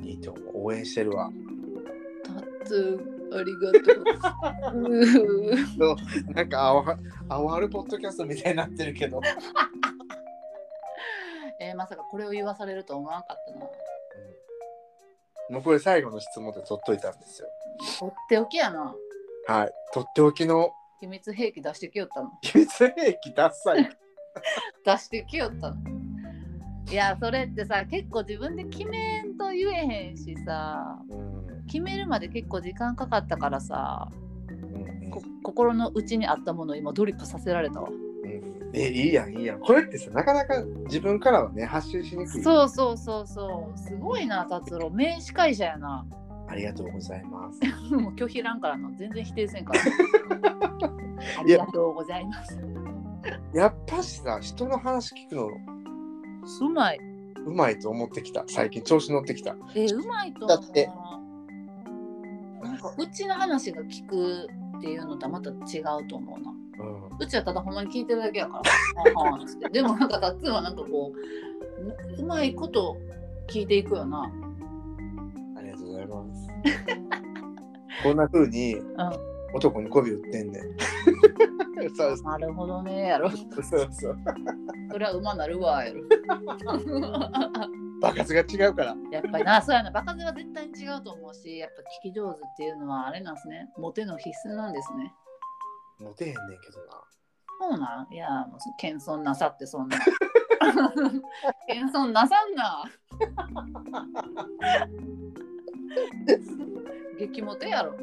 S2: うんいいと思う。応援して るわ。
S1: タツー、ありがとう。うー
S2: なんか青は、青春ポッドキャストみたいになってるけど。
S1: えーまさかこれを言わされると思わなかったな。
S2: もうこれ最後の質問で取っといたんですよ。
S1: とっておきやな。
S2: はい。とっておきの
S1: 秘密兵器出してきよったの。
S2: 秘密兵器ダッサい。
S1: 出してきよったの。いや、それってさ、結構自分で決めんと言えへんしさ。
S2: うん
S1: 決めるまで結構時間かかったからさ、
S2: うん
S1: こ心の内にあったものを今ドリップさせられたわ
S2: うんえ、いいやん、いいやん。これってさ、なかなか自分からはね、発信しにくい。
S1: そうそうそうそうすごいな達郎名司会者やな
S2: ありがとうございます。
S1: もう拒否らんからな全然否定せん からありがとうございます
S2: やっぱしさ、人の話聞くの
S1: うまいう
S2: まいと思ってきた。最近調子乗ってきた。
S1: えーうまいと思う
S2: だって
S1: なんかうちの話が聞くっていうのとはまた違うと思うな
S2: うん
S1: うちはただほんまに聞いてるだけや から。あはんっつってでもなんかタッツンはなんかこう、ううまいこと聞いていくよな。
S2: ありがとうございます。こんな風に
S1: う
S2: 男に媚び売ってんねん。そうそ
S1: ん。なるほどねやろ。
S2: うそうそう。
S1: それは馬なるわ やろ。
S2: 爆発が違うから。
S1: やっぱりな、そうやな、バカ勢は絶対に違うと思うし、やっぱ聞き上手っていうのはあれなんですね。モテの必須なんですね。
S2: モテへんねんけどな。
S1: そうなんいや、もう謙遜なさって そんな。謙遜なさんな。激モテやろ。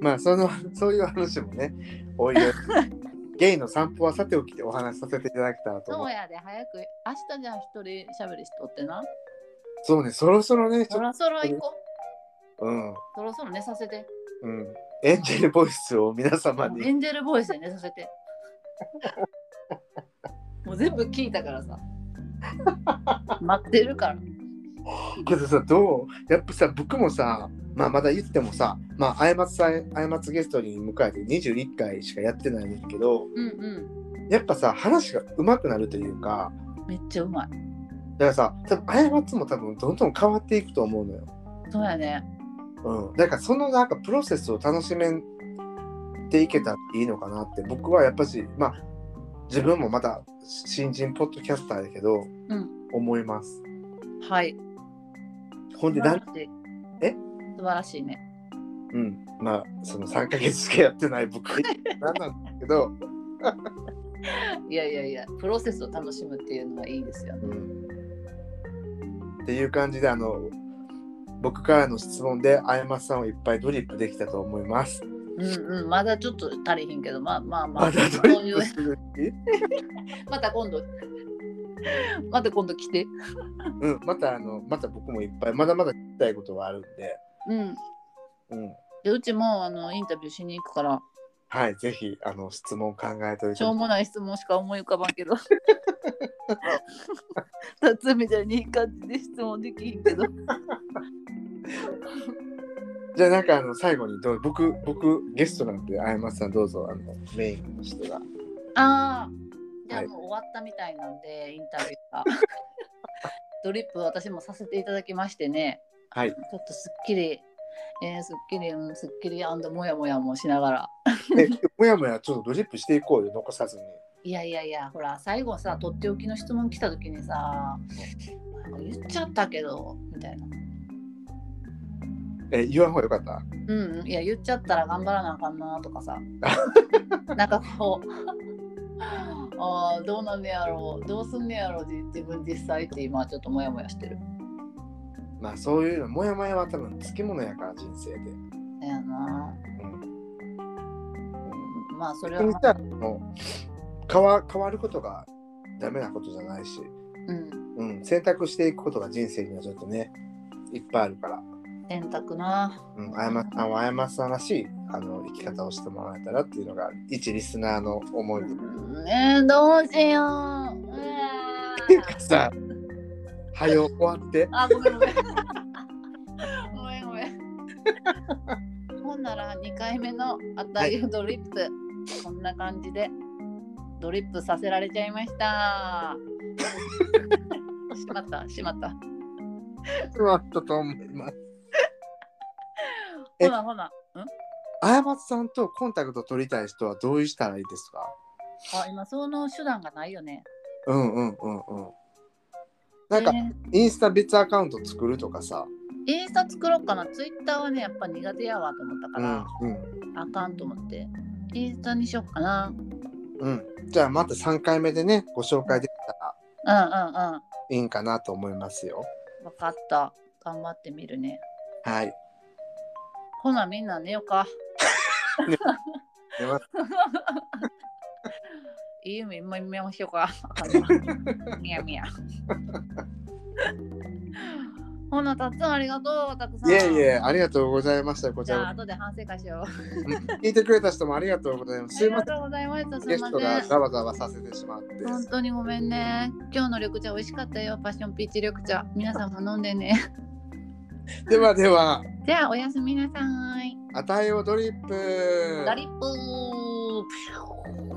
S2: まあその そういう話もね、おい おいゲイの散歩はさておきでお話しさせていただけたらと
S1: そ
S2: 思
S1: う
S2: う。
S1: やで、早く、明日じゃあ一人しゃべりしとってな。
S2: そうね、そろそろね、ち
S1: そ
S2: ょっ
S1: ろそろ行こう。
S2: と、うん、
S1: そろそろ寝させて。
S2: うん。エンジェルボイスを皆様
S1: エ
S2: に、
S1: ンジェルボイスで寝させて。もう全部聞いたからさ。待ってるから。
S2: けどさ、どうやっぱさ、僕もさ、まあまだ言ってもさ、まあ、あやまつさん、あやまつゲストに迎えて21回しかやってないんですけど、
S1: うんう
S2: やっぱさ、話が上手くなるというか、
S1: ん。めっちゃうまい。
S2: だからさ、多分あやまつも多分どんどん変わっていくと思うのよ。
S1: そうやね。
S2: うん、だからそのなんかプロセスを楽しめていけたらいいのかなって僕はやっぱしまあ自分もまだ新人ポッドキャスターだけど、
S1: ん
S2: 思います
S1: はい。
S2: ほんで
S1: 素
S2: な
S1: 晴
S2: ん
S1: ら、しい。
S2: え
S1: 素晴らしいね。
S2: うん、まあその3ヶ月しかやってな い僕なんなんだけど、
S1: いやいやいや、プロセスを楽しむっていうのはいいですよね。
S2: うん、っていう感じであの僕からの質問であやまさんをいっぱいドリップできたと思います
S1: うんうん、まだちょっと足りひんけど、まあまあま
S2: ま
S1: あ、
S2: だド
S1: そう
S2: リ
S1: い
S2: ッ
S1: う
S2: プする気
S1: また今度、 また今度来て。
S2: うん、またあの、また僕もいっぱい、まだまだ聞きたいことはあるんで、
S1: うん。
S2: うん。
S1: で、うちもあのインタビューしに行くから、
S2: はい、ぜひ、あの、質問考えとい
S1: してょうもない質問しか思い浮かばんけど。夏みたいにいい感じで質問できひんけど。
S2: じゃあ、なんか、あの、最後にどう、僕、僕、ゲストなんで、あやまさん、どうぞ、あの、メインの人が。
S1: ああ、じゃあ
S2: はい
S1: もう終わったみたいなんで、インタビューが。ドリップ私もさせていただきましてね、
S2: はい、
S1: ちょっとすっきり、えー、すっきり、うん、すっきりもやもやもしながら。
S2: え、もやもや、ちょっとドリップしていこうよ、残さずに。
S1: いやいやいや、ほら、最後さ、とっておきの質問来た時にさ、なんか言っちゃったけど、みたいな。
S2: え、言わん方がよかった
S1: うん、いや、言っちゃったら頑張らなあかんなとかさ、なんかこう、 あーどうなんねやろう、どうすんねやろう、じ自分実際って今ちょっともやもやしてる。
S2: まあ、そういうの、もやもやは多分、つきものやから、人生で。
S1: だよな。まあそれは
S2: 逆に、さ、もう変わ、変わることがダメなことじゃないし、
S1: うん、
S2: うん、選択していくことが人生にはちょっとね、いっぱいあるから。
S1: 選択な。
S2: うん、あやまさんはあやまさんらしいあの生き方をしてもらえたらっていうのが一リスナーの思いで。
S1: ねえどうしよう。うわー
S2: さあ、はよ終わって。
S1: あ、ごめんごめん。ごめんごめん。ほんなら2回目のあたりドリップ、こんな感じでドリップさせられちゃいました。しまった、しまった。
S2: 終わったと思います。え
S1: ほなほな。ん
S2: あやまさんとコンタクト取りたい人はどうしたらいいですか
S1: あ、今その手段がないよね。
S2: うんうんうんうん。なんか、
S1: えー
S2: インスタ別アカウント作るとかさ。
S1: インスタ作ろうかな。ツイッターはね、やっぱ苦手やわと思ったか
S2: う
S1: ら
S2: ん、うん。
S1: あかんと思って。インスタにしよっかな。うん
S2: うん。じゃあ、また3回目でね、ご紹介できたら
S1: うんうん。
S2: いいんかなと思いますよ。
S1: わかった。頑張ってみるね。
S2: はい。
S1: ほな、みんな寝ようか。
S2: では
S1: いい夢見ましょう か。みやみや。ほな、たっつんありがとう、たくさん。
S2: いえいえ、ありがとうございました。こち
S1: じゃあ、
S2: ら
S1: 後で反省会しよう。
S2: こそ、聞いてくれた人もありがとうございま
S1: あ
S2: す。す
S1: り
S2: いません
S1: が。とうございました。す
S2: ゲ
S1: い
S2: ス
S1: ま
S2: ト
S1: せ
S2: が
S1: ん。
S2: ざわざわさせてしまって。
S1: 本当にごめんね。今日の緑茶美味しかったよ。パッションピーチ緑茶。皆さんも飲んでね。
S2: ではでは、
S1: じゃあ、おやすみなさい。
S2: あたいをドリップ。
S1: ドリップー。